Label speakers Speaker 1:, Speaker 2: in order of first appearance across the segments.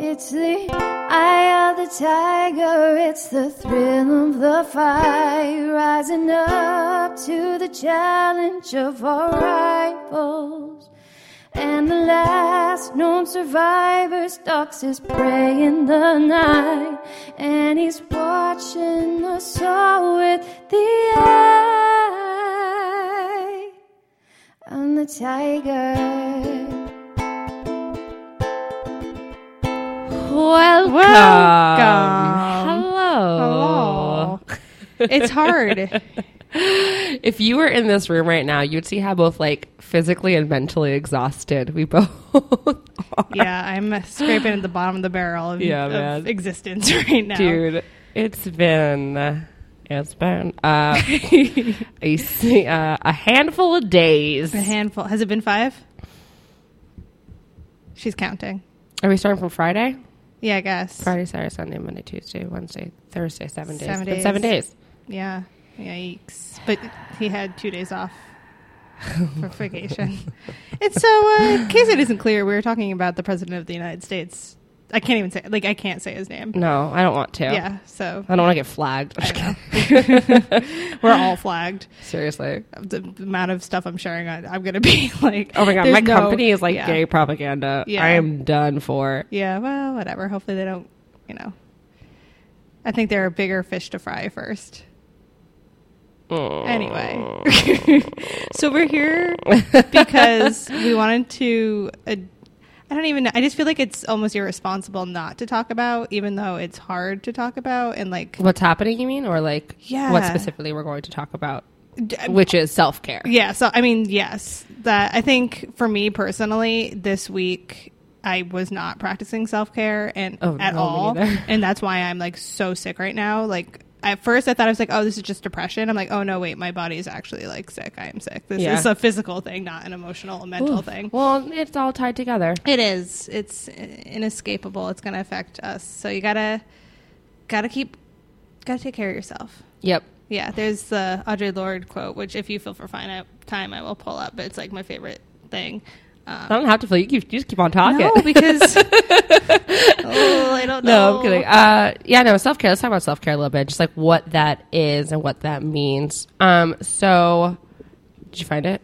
Speaker 1: It's the eye of the tiger, it's the thrill of the fight, rising up to the challenge of our rivals. And the last known survivor stalks his prey in the night, and he's watching us all with the eye on the tiger. Well,
Speaker 2: Welcome.
Speaker 3: Hello.
Speaker 2: Hello. it's hard.
Speaker 3: If you were in this room right now, you'd see how both like physically and mentally exhausted we both are.
Speaker 2: Yeah, I'm scraping at the bottom of the barrel of,
Speaker 3: Yeah,
Speaker 2: of
Speaker 3: man.
Speaker 2: existence right now.
Speaker 3: Dude, it's been it's been uh, a, se- uh, a handful of days.
Speaker 2: A handful. Has it been five? She's counting.
Speaker 3: Are we starting from Friday?
Speaker 2: Yeah, I guess.
Speaker 3: Friday, Saturday, Sunday, Monday, Tuesday, Wednesday, Thursday, seven days.
Speaker 2: Seven
Speaker 3: It's been
Speaker 2: days.
Speaker 3: seven days.
Speaker 2: Yeah. Yikes. But he had two days off for vacation. and so, uh, in case it isn't clear, we were talking about the President of the United States. I can't even say, like, I can't say his name.
Speaker 3: No, I don't want to.
Speaker 2: Yeah, so
Speaker 3: I don't want to get flagged.
Speaker 2: we're all flagged.
Speaker 3: Seriously.
Speaker 2: The amount of stuff I'm sharing, I, I'm going to be like,
Speaker 3: Oh my god,
Speaker 2: there's
Speaker 3: my
Speaker 2: no-
Speaker 3: company is like
Speaker 2: yeah.
Speaker 3: gay propaganda.
Speaker 2: Yeah.
Speaker 3: I am done for.
Speaker 2: Yeah, well, whatever. Hopefully they don't, you know. I think there are bigger fish to fry first. Anyway, so we're here because we wanted to. Uh, I don't even know. I just feel like it's almost irresponsible not to talk about, even though it's hard to talk about. And like,
Speaker 3: What's happening, you mean? Or like
Speaker 2: Yeah.
Speaker 3: what specifically we're going to talk about,
Speaker 2: d-
Speaker 3: which is self care.
Speaker 2: yeah. So I mean, yes, that I think for me personally, this week I was not practicing self care and
Speaker 3: Oh,
Speaker 2: at
Speaker 3: no, me
Speaker 2: all,
Speaker 3: neither.
Speaker 2: and that's why I'm like so sick right now. Like at first, I thought I was like, oh, this is just depression. I'm like, oh no, wait, my body is actually like sick. I am sick. This
Speaker 3: Yeah.
Speaker 2: is a physical thing, not an emotional, mental thing.
Speaker 3: Well, it's all tied together.
Speaker 2: It is. It's inescapable. It's going to affect us. So you gotta gotta keep gotta take care of yourself.
Speaker 3: Yep.
Speaker 2: Yeah, there's the Audre Lorde quote, which if you feel for fine time, I will pull up. But it's like my favorite thing.
Speaker 3: I
Speaker 2: Um,
Speaker 3: don't have to feel you, keep, you just keep on talking.
Speaker 2: no, because oh, I don't know.
Speaker 3: No, I'm kidding. Uh, yeah, no, self care. Let's talk about self care a little bit. Just like what that is and what that means. Um, so did you find it?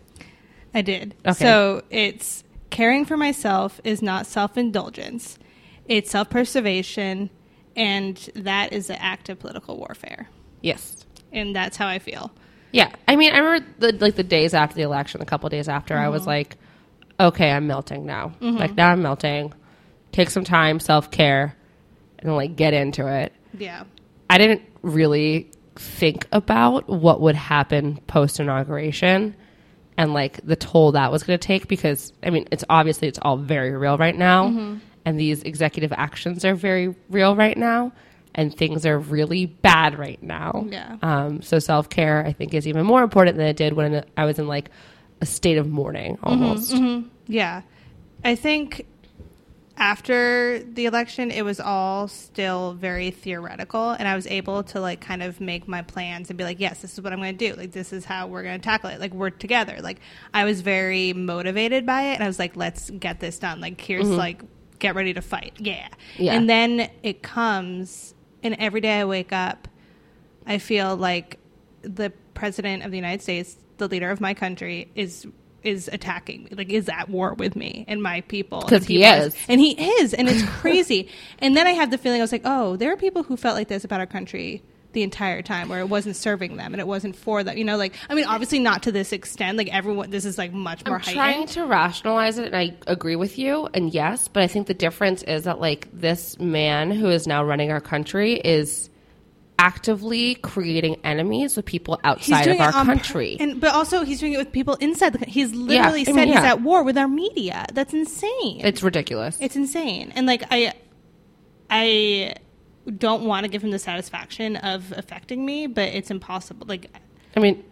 Speaker 2: I did.
Speaker 3: Okay.
Speaker 2: So it's caring for myself is not self indulgence; it's self preservation, and that is the act of political warfare.
Speaker 3: Yes.
Speaker 2: And that's how I feel.
Speaker 3: Yeah, I mean, I remember the, like the days after the election, the couple days after, I
Speaker 2: Uh-huh.
Speaker 3: was like, okay, I'm melting now.
Speaker 2: Mm-hmm.
Speaker 3: Like now I'm melting. Take some time, self care, and like get into it.
Speaker 2: Yeah.
Speaker 3: I didn't really think about what would happen post inauguration and like the toll that was going to take because I mean, it's obviously it's all very real right now and these executive actions are very real right now and things are really bad right now.
Speaker 2: Yeah.
Speaker 3: Um so self-care I think is even more important than it did when I was in like a state of mourning almost.
Speaker 2: Yeah. I think after the election, it was all still very theoretical, and I was able to like kind of make my plans and be like, yes, this is what I'm going to do. Like, this is how we're going to tackle it. Like, we're together. Like, I was very motivated by it, and I was like, let's get this done. Like, here's like, get ready to fight. Yeah.
Speaker 3: Yeah.
Speaker 2: And then it comes, and every day I wake up, I feel like the president of the United States, the leader of my country, is is attacking me, like is at war with me and my people.
Speaker 3: 'Cause
Speaker 2: And
Speaker 3: he
Speaker 2: people-
Speaker 3: is.
Speaker 2: and he is, and it's crazy. and then I had the feeling I was like, oh, there are people who felt like this about our country the entire time, where it wasn't serving them and it wasn't for them. You know, like I mean, obviously not to this extent. Like everyone, this is like much more
Speaker 3: I'm trying
Speaker 2: heightened.
Speaker 3: to rationalize it, and I agree with you, and yes, but I think the difference is that like this man who is now running our country is actively creating enemies with people outside of our
Speaker 2: on pur-
Speaker 3: country.
Speaker 2: and but also he's doing it with people inside the. coun- He's literally
Speaker 3: I
Speaker 2: said
Speaker 3: mean,
Speaker 2: he's
Speaker 3: yeah.
Speaker 2: at war with our media. That's insane.
Speaker 3: it's ridiculous.
Speaker 2: It's insane. And like I I don't want to give him the satisfaction of affecting me, but it's impossible. Like
Speaker 3: I mean,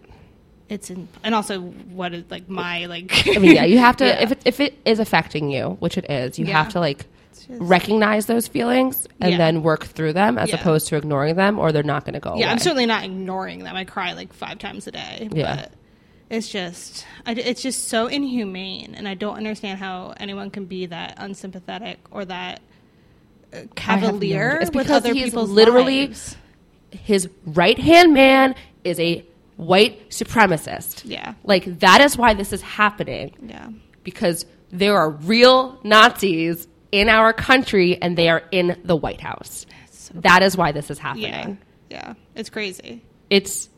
Speaker 2: it's in, and also what is like my like
Speaker 3: I mean, yeah, you have to
Speaker 2: Yeah.
Speaker 3: if it, if it is affecting you, which it is, you
Speaker 2: Yeah.
Speaker 3: have to like
Speaker 2: just-
Speaker 3: recognize those feelings and
Speaker 2: Yeah.
Speaker 3: then work through them as
Speaker 2: Yeah.
Speaker 3: opposed to ignoring them, or they're not going to go
Speaker 2: Yeah,
Speaker 3: away.
Speaker 2: I'm certainly not ignoring them. I cry like five times a day.
Speaker 3: Yeah.
Speaker 2: But it's just I, it's just so inhumane and I don't understand how anyone can be that unsympathetic or that cavalier
Speaker 3: idea. It's
Speaker 2: with
Speaker 3: because
Speaker 2: other
Speaker 3: he's
Speaker 2: people's
Speaker 3: literally-
Speaker 2: lives.
Speaker 3: His right hand man is a white supremacist.
Speaker 2: Yeah.
Speaker 3: Like, that is why this is happening
Speaker 2: Yeah.
Speaker 3: because there are real Nazis in our country and they are in the White House. That is why this is happening.
Speaker 2: Yeah. Yeah. It's crazy.
Speaker 3: It's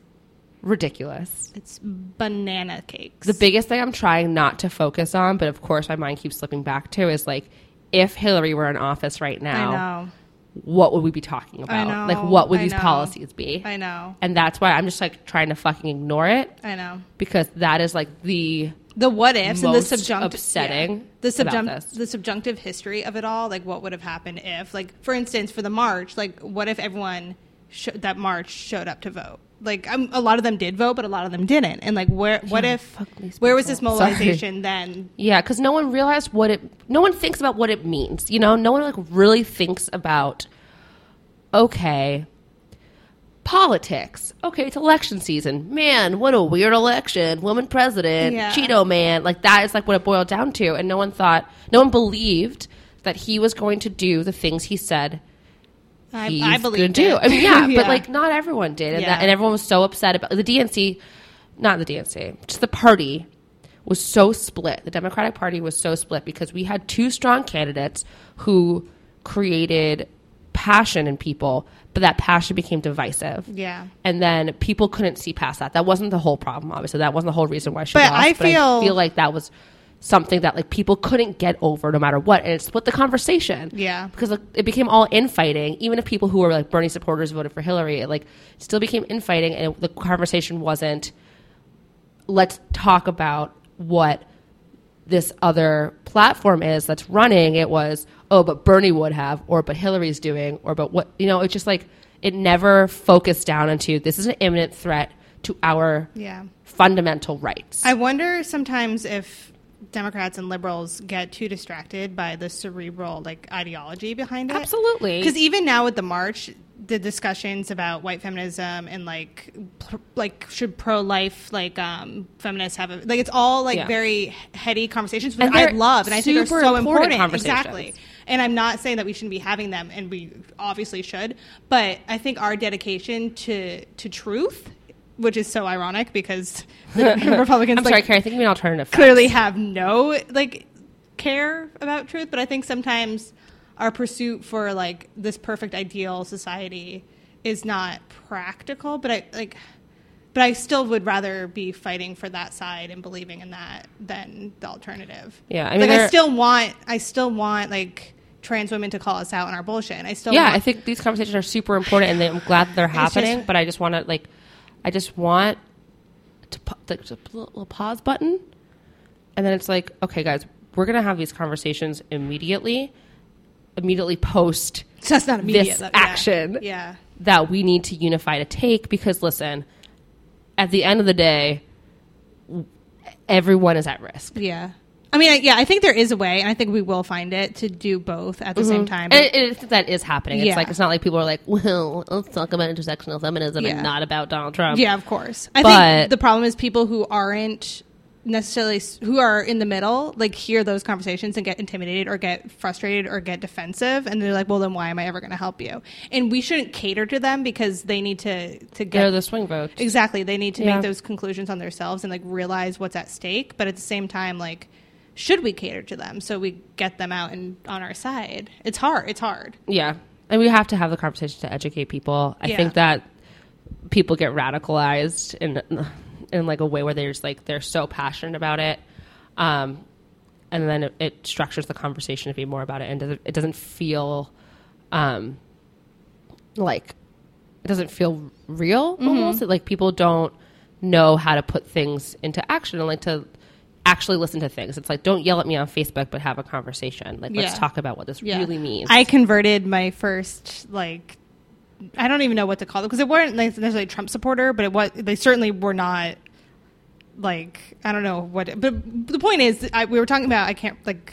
Speaker 3: ridiculous.
Speaker 2: It's banana cakes.
Speaker 3: The biggest thing I'm trying not to focus on, but of course my mind keeps slipping back to, is like if Hillary were in office right
Speaker 2: I
Speaker 3: now,
Speaker 2: know.
Speaker 3: what would we be talking
Speaker 2: I
Speaker 3: about?
Speaker 2: know.
Speaker 3: Like, what would
Speaker 2: I
Speaker 3: these
Speaker 2: know.
Speaker 3: policies be?
Speaker 2: I know.
Speaker 3: And that's why I'm just like trying to fucking ignore it
Speaker 2: I know.
Speaker 3: because that is like the
Speaker 2: The what ifs and the
Speaker 3: Most
Speaker 2: subjunctive
Speaker 3: upsetting
Speaker 2: the
Speaker 3: about
Speaker 2: subjunct
Speaker 3: this.
Speaker 2: the subjunctive history of it all. Like what would have happened if, like for instance, for the march, like what if everyone sho that march showed up to vote? Like um, a lot of them did vote, but a lot of them didn't. And like where, what if,
Speaker 3: fuck these
Speaker 2: where was this
Speaker 3: people. Sorry.
Speaker 2: mobilization then?
Speaker 3: Yeah, because no one realized what it. No one thinks about what it means. You know, no one like really thinks about. Okay. Politics. Okay, it's election season. Man, what a weird election. Woman president,
Speaker 2: Yeah.
Speaker 3: Cheeto man. Like that is like what it boiled down to. And no one thought, no one believed that he was going to do the things he said
Speaker 2: I,
Speaker 3: he's
Speaker 2: I
Speaker 3: gonna
Speaker 2: believe
Speaker 3: do.
Speaker 2: it.
Speaker 3: I mean, yeah, but like not everyone did, and,
Speaker 2: Yeah.
Speaker 3: that, and everyone was so upset about the DNC. Not the DNC, just the party was so split. The Democratic Party was so split because we had two strong candidates who created passion in people, but that passion became divisive.
Speaker 2: yeah.
Speaker 3: And then people couldn't see past that. That wasn't the whole problem, obviously. That wasn't the whole reason why she
Speaker 2: But
Speaker 3: lost.
Speaker 2: I feel-
Speaker 3: I feel like that was something that like people couldn't get over no matter what, and it split the conversation.
Speaker 2: Yeah.
Speaker 3: because like, it became all infighting. Even if people who were like Bernie supporters voted for Hillary, it like still became infighting, and the conversation wasn't. Let's talk about what this other platform is that's running. It was oh, but Bernie would have, or but Hillary's doing, or but what you know. It's just like it never focused down into this is an imminent threat to our
Speaker 2: Yeah.
Speaker 3: fundamental rights.
Speaker 2: I wonder sometimes if Democrats and liberals get too distracted by the cerebral like ideology behind it.
Speaker 3: Absolutely.
Speaker 2: Because even now with the march, the discussions about white feminism and like pr- like should pro life like um feminists have a, like it's all like
Speaker 3: Yeah.
Speaker 2: very heady conversations which
Speaker 3: And
Speaker 2: I
Speaker 3: they're
Speaker 2: love and I think are
Speaker 3: super
Speaker 2: so
Speaker 3: important
Speaker 2: important.
Speaker 3: conversations.
Speaker 2: Exactly. And I'm not saying that we shouldn't be having them and we obviously should, but I think our dedication to to truth which is so ironic because the Republicans
Speaker 3: I'm
Speaker 2: like,
Speaker 3: sorry, Carrie. I think we an alternative.
Speaker 2: clearly have no like care about truth but i think sometimes our pursuit for like this perfect ideal society is not practical but i like but i still would rather be fighting for that side and believing in that than the alternative
Speaker 3: Yeah, I mean,
Speaker 2: like i
Speaker 3: there-
Speaker 2: still want i still want like trans women to call us out on our bullshit and i still
Speaker 3: yeah,
Speaker 2: want-
Speaker 3: I think these conversations are super important, and they- I'm glad that they're
Speaker 2: just-
Speaker 3: happening. but I just want to like, I just want to pu- like just a little pause button, and then it's like, okay, guys, we're gonna have these conversations immediately, immediately post
Speaker 2: that's not immediate
Speaker 3: this
Speaker 2: that- yeah.
Speaker 3: action
Speaker 2: yeah
Speaker 3: that we need to unify to take. Because listen, at the end of the day, w- everyone is at risk.
Speaker 2: Yeah. I mean, I, yeah, I think there is a way, and I think we will find it to do both at the same time.
Speaker 3: Mm-hmm. And it, it, that is happening.
Speaker 2: Yeah.
Speaker 3: It's like it's not like people are like, "Well, let's talk about intersectional feminism
Speaker 2: Yeah.
Speaker 3: and not about Donald Trump."
Speaker 2: yeah, of course. I think
Speaker 3: But-
Speaker 2: the problem is people who aren't necessarily s- who are in the middle, like hear those conversations and get intimidated or get frustrated or get defensive, and they're like, "Well, then why am I ever going to help you?" And we shouldn't cater to them because they need to to get
Speaker 3: They're the swing vote.
Speaker 2: Exactly. They need to
Speaker 3: Yeah.
Speaker 2: make those conclusions on themselves and like realize what's at stake. But at the same time, like, should we cater to them so we get them out and on our side? It's hard. It's hard.
Speaker 3: Yeah. And we have to have the conversation to educate people. I
Speaker 2: Yeah.
Speaker 3: think that people get radicalized in in like a way where they're just like they're so passionate about it. Um and then it, it structures the conversation to be more about it and doesn't, it doesn't feel um like it doesn't feel real
Speaker 2: Mm-hmm.
Speaker 3: almost like people don't know how to put things into action and like to actually listen to things it's like don't yell at me on facebook but have a conversation like let's
Speaker 2: Yeah.
Speaker 3: talk about what this really means
Speaker 2: I converted my first like I don't even know what to call it because they weren't like, necessarily Trump supporter, but it was they certainly were not like I don't know what. But the point is, I, we were talking about I can't like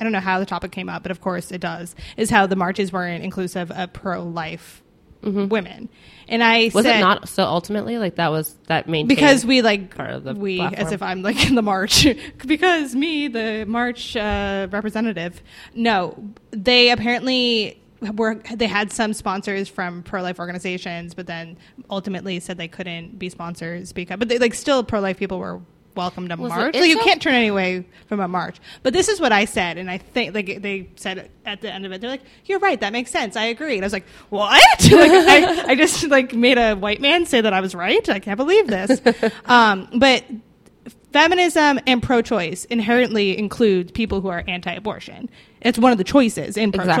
Speaker 2: I don't know how the topic came up, but of course it does. Is how the marches weren't inclusive of pro life women, and I
Speaker 3: Mm-hmm. Was
Speaker 2: said,
Speaker 3: it not so ultimately like that was that main
Speaker 2: because we like
Speaker 3: part of the
Speaker 2: we as
Speaker 3: platform.
Speaker 2: if I'm like in the march because me the march uh, representative. No, they apparently were they had some sponsors from pro life organizations, but then ultimately said they couldn't be sponsors because, but they like still pro life people were welcome to
Speaker 3: Was it-
Speaker 2: march.
Speaker 3: it's
Speaker 2: Like you
Speaker 3: so-
Speaker 2: can't turn any way from a march. But this is what I said, and I think like they said at the end of it, they're like, "You're right, that makes sense. I agree." And I was like, "What?" like, I, I just like made a white man say that I was right. I can't believe this. um, but feminism and pro-choice inherently includes people who are anti-abortion. It's one of the choices in pro-choice.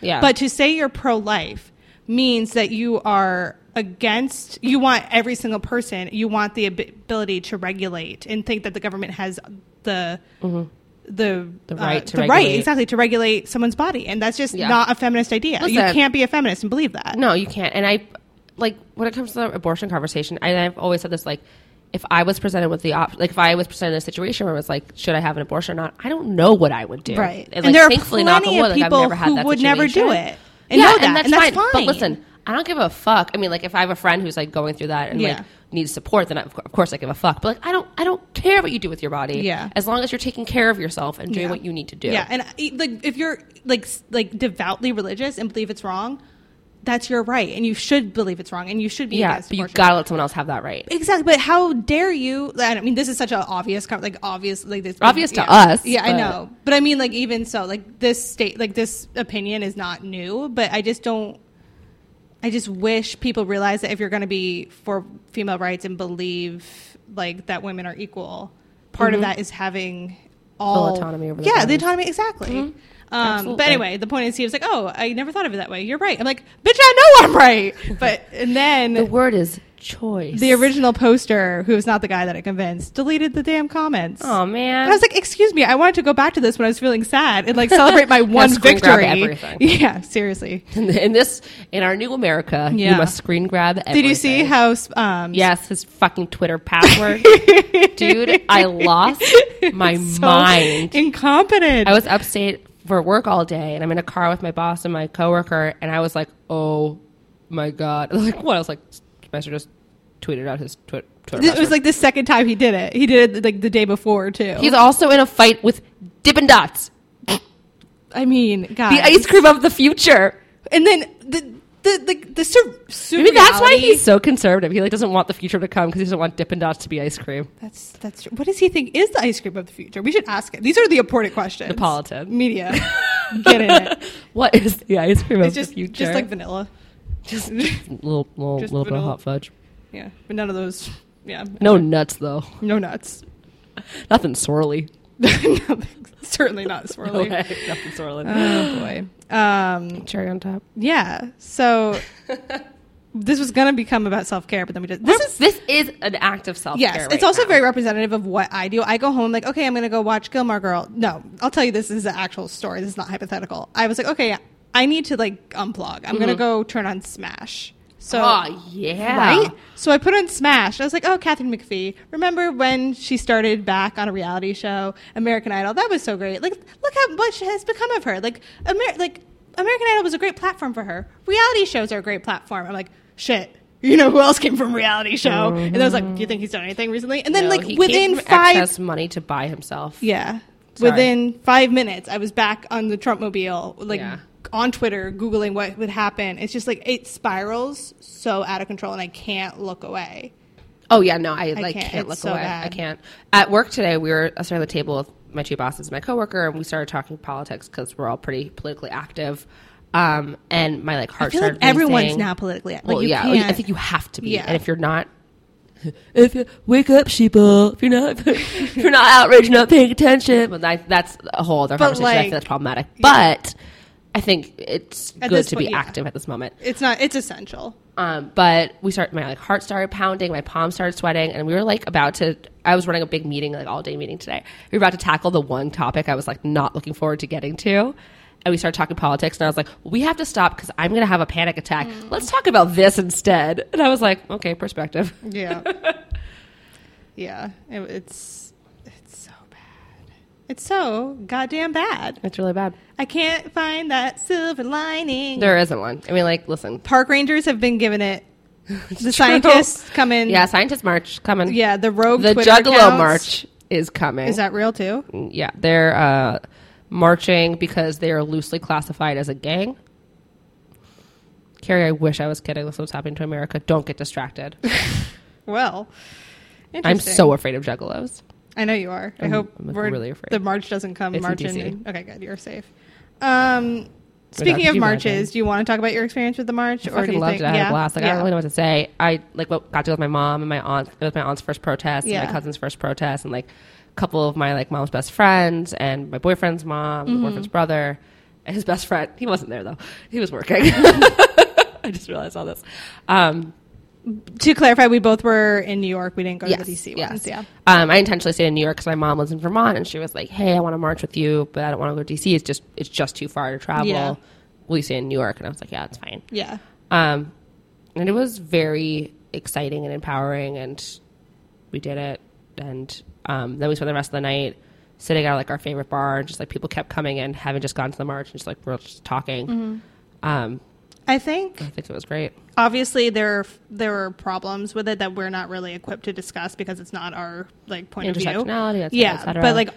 Speaker 3: Exactly. Yeah.
Speaker 2: But to say you're pro-life means that you are against you want every single person you want the ab- ability to regulate and think that the government has the the
Speaker 3: Mm-hmm.
Speaker 2: uh,
Speaker 3: The right to
Speaker 2: the right
Speaker 3: regulate.
Speaker 2: exactly to regulate someone's body and that's just
Speaker 3: Yeah.
Speaker 2: not a feminist idea you
Speaker 3: Listen.
Speaker 2: can't be a feminist and believe that
Speaker 3: No, you can't. And I, like, when it comes to the abortion conversation, and I've always said this, like, if I was presented with the option, like, if I was presented in a situation where it was like, should I have an abortion or not? I don't know what I would do.
Speaker 2: Right.
Speaker 3: And,
Speaker 2: And
Speaker 3: like,
Speaker 2: there are
Speaker 3: thankfully, knock on
Speaker 2: plenty of
Speaker 3: wood, like, I've
Speaker 2: people
Speaker 3: never had
Speaker 2: who
Speaker 3: that
Speaker 2: would never do
Speaker 3: situation.
Speaker 2: it and know that, and that's
Speaker 3: But
Speaker 2: fine.
Speaker 3: listen, I don't give a fuck. I mean, like, if I have a friend who's like going through that and
Speaker 2: Yeah.
Speaker 3: like needs support, then I, of cour- of course I give a fuck. But like, I don't, I don't care what you do with your body.
Speaker 2: Yeah.
Speaker 3: As long as you're taking care of yourself and doing
Speaker 2: Yeah.
Speaker 3: what you need to do.
Speaker 2: Yeah, and I- like if you're like s- like devoutly religious and believe it's wrong, that's your right, and you should believe it's wrong, and you should be
Speaker 3: Yeah.
Speaker 2: against
Speaker 3: But you
Speaker 2: abortion.
Speaker 3: gotta let someone else have that right.
Speaker 2: Exactly, but how dare you? I don't- I mean, this is such an obvious, com- like obvious, like this
Speaker 3: Obvious to
Speaker 2: yeah.
Speaker 3: us,
Speaker 2: Yeah, I
Speaker 3: but-
Speaker 2: know, but I mean, like even so, like this state, like this opinion is not new, but I just don't. I just wish people realize that if you're going to be for female rights and believe like that women are equal, part of that is having all
Speaker 3: Mm-hmm. autonomy over their
Speaker 2: yeah the
Speaker 3: bodies.
Speaker 2: autonomy exactly. Um,
Speaker 3: Absolutely.
Speaker 2: but anyway, the point is he was like, "Oh, I never thought of it that way. You're right." I'm like, "Bitch, I know I'm right." But and then
Speaker 3: The word is choice.
Speaker 2: the original poster, who was not the guy that I convinced, deleted the damn comments.
Speaker 3: Oh man.
Speaker 2: And I was like, "Excuse me, I wanted to go back to this when I was feeling sad and like celebrate my one
Speaker 3: screen grab
Speaker 2: victory."
Speaker 3: everything.
Speaker 2: Yeah, seriously.
Speaker 3: in, in this in our new America, you
Speaker 2: Yeah.
Speaker 3: must screen grab. Everything.
Speaker 2: Did you see how? Um,
Speaker 3: Yes, his fucking Twitter password, dude. I lost my
Speaker 2: so
Speaker 3: mind.
Speaker 2: Incompetent.
Speaker 3: I was upstate for work all day, and I'm in a car with my boss and my coworker, and I was like, "Oh my god!" Like what? I was like, "Spencer just tweeted out his twi- Twitter."
Speaker 2: It was
Speaker 3: password.
Speaker 2: like the second time he did it. He did it like the day before too.
Speaker 3: he's also in a fight with Dippin' Dots,
Speaker 2: I mean, God.
Speaker 3: the ice cream of the future.
Speaker 2: and then the the the, the sur-
Speaker 3: Maybe that's why
Speaker 2: surreality-
Speaker 3: he's so conservative. He like doesn't want the future to come because he doesn't want Dippin' Dots to be ice cream.
Speaker 2: That's that's true. What does he think is the ice cream of the future? We should ask him. These are the important questions. The
Speaker 3: politics.
Speaker 2: media, get in it.
Speaker 3: What is the ice cream of
Speaker 2: It's
Speaker 3: the
Speaker 2: just
Speaker 3: future?
Speaker 2: just like vanilla. Just
Speaker 3: little little,
Speaker 2: Just
Speaker 3: little bit of
Speaker 2: vanilla.
Speaker 3: hot fudge.
Speaker 2: yeah, but none of those. Yeah,
Speaker 3: No nuts though.
Speaker 2: no nuts.
Speaker 3: Nothing swirly.
Speaker 2: Nothing- Certainly not swirly.
Speaker 3: Nothing swirly.
Speaker 2: Oh boy. Um,
Speaker 3: Cherry on top.
Speaker 2: yeah. So this was gonna become about self care, but then we just this
Speaker 3: This
Speaker 2: is
Speaker 3: is this is an act of self care.
Speaker 2: Yes, it's also very representative of what I do. I go home like, okay, I'm going to go watch Gilmore Girl. No, I'll tell you this is an actual story. This is not hypothetical. I was like, okay, I need to like unplug. I'm going to
Speaker 3: Mm-hmm.
Speaker 2: go turn on Smash. So
Speaker 3: Oh yeah.
Speaker 2: right. So I put on Smash. I was like, oh, Catherine McPhee. Remember when she started back on a reality show, American Idol? That was so great. Like, look how much has become of her. Like, Amer- like American Idol was a great platform for her. Reality shows are a great platform. I'm like, shit. You know who else came from reality show? And I was like, do you think he's done anything recently? And then
Speaker 3: Oh, No, he
Speaker 2: like within
Speaker 3: gave him
Speaker 2: five,
Speaker 3: excess money to buy himself.
Speaker 2: yeah,
Speaker 3: Sorry.
Speaker 2: within five minutes, I was back on the Trump mobile, like
Speaker 3: Yeah.
Speaker 2: on Twitter, googling what would happen. It's just like it spirals so out of control, and I can't look away.
Speaker 3: Oh yeah, no, I like can't,
Speaker 2: can't. It's
Speaker 3: look
Speaker 2: so
Speaker 3: away.
Speaker 2: bad.
Speaker 3: I can't. At work today, we were I was sitting at the table with my two bosses, and my coworker, and we started talking politics because we're all pretty politically active. Um, and my like heart
Speaker 2: I feel like
Speaker 3: started
Speaker 2: everyone's
Speaker 3: racing.
Speaker 2: now politically like
Speaker 3: well,
Speaker 2: you
Speaker 3: yeah,
Speaker 2: can't.
Speaker 3: I think you have to be.
Speaker 2: Yeah.
Speaker 3: And if you're not, if you wake up, sheeple. If you're not, if you're not outraged, not paying attention. But that, that's a whole other conversation. I
Speaker 2: like-
Speaker 3: think that's problematic.
Speaker 2: yeah.
Speaker 3: But I think it's
Speaker 2: At
Speaker 3: good
Speaker 2: this
Speaker 3: to be
Speaker 2: point, yeah.
Speaker 3: active at this moment.
Speaker 2: it's not. It's essential.
Speaker 3: Um, but we started, my like heart started pounding, my palms started sweating, and we were like about to. I was running a big meeting, like all day meeting today. We were about to tackle the one topic I was like not looking forward to getting to. And we started talking politics, and I was like, "We have to stop because I'm going to have a panic attack.
Speaker 2: Mm.
Speaker 3: Let's talk about this instead." And I was like, "Okay, perspective."
Speaker 2: Yeah, yeah. It, it's it's so bad. It's so goddamn bad.
Speaker 3: It's really bad.
Speaker 2: I can't find that silver lining.
Speaker 3: There isn't one. I mean, like, listen,
Speaker 2: Park rangers have been given it. The scientists come in.
Speaker 3: yeah, scientist march coming.
Speaker 2: yeah. The rogue
Speaker 3: the
Speaker 2: Twitter
Speaker 3: Juggalo
Speaker 2: accounts.
Speaker 3: march is coming.
Speaker 2: Is that real too?
Speaker 3: yeah, they're uh, marching because they are loosely classified as a gang. Carrie, I wish I was kidding. This was happening to America. Don't get distracted.
Speaker 2: Well,
Speaker 3: I'm
Speaker 2: interesting.
Speaker 3: so afraid of juggalos.
Speaker 2: I know you are. I
Speaker 3: I'm-
Speaker 2: hope
Speaker 3: I'm, like,
Speaker 2: we're,
Speaker 3: really afraid.
Speaker 2: the march doesn't come
Speaker 3: It's in
Speaker 2: marching.
Speaker 3: DC.
Speaker 2: in- Okay, good. You're safe. Um, speaking
Speaker 3: could
Speaker 2: of
Speaker 3: you
Speaker 2: marches,
Speaker 3: imagine?
Speaker 2: do you want to talk about your experience with the march,
Speaker 3: I fucking
Speaker 2: do you
Speaker 3: loved
Speaker 2: think?
Speaker 3: it. I had
Speaker 2: yeah,
Speaker 3: a blast. Like I
Speaker 2: Yeah.
Speaker 3: don't really know what to say. I like what got to do with my mom and my aunt. It was my aunt's first protest
Speaker 2: Yeah.
Speaker 3: and my cousin's first protest and like a couple of my like mom's best friends and my boyfriend's mom,
Speaker 2: Mm-hmm.
Speaker 3: my boyfriend's brother, and his best friend. He wasn't there though. He was working. I just realized all this. Um,
Speaker 2: To clarify, we both were in New York. We didn't go to
Speaker 3: yes,
Speaker 2: the DC
Speaker 3: yes.
Speaker 2: ones. Yeah.
Speaker 3: Um, I intentionally stayed in New York because my mom lives in Vermont, and she was like, "Hey, I want to march with you, but I don't want to go to DC. It's just it's just too far to travel.
Speaker 2: Yeah.
Speaker 3: Will you stay in New York?" And I was like, "Yeah, it's fine."
Speaker 2: Yeah.
Speaker 3: Um, and it was very exciting and empowering, and we did it. And um, then we spent the rest of the night sitting at like our favorite bar, and just like people kept coming in, having just gone to the march, and just like we're just talking.
Speaker 2: Mm-hmm.
Speaker 3: Um,
Speaker 2: I think
Speaker 3: I think it was great.
Speaker 2: obviously there are, there are problems with it that we're not really equipped to discuss because it's not our like point of view.
Speaker 3: Intersectionality, et cetera,
Speaker 2: yeah,
Speaker 3: et cetera.
Speaker 2: but like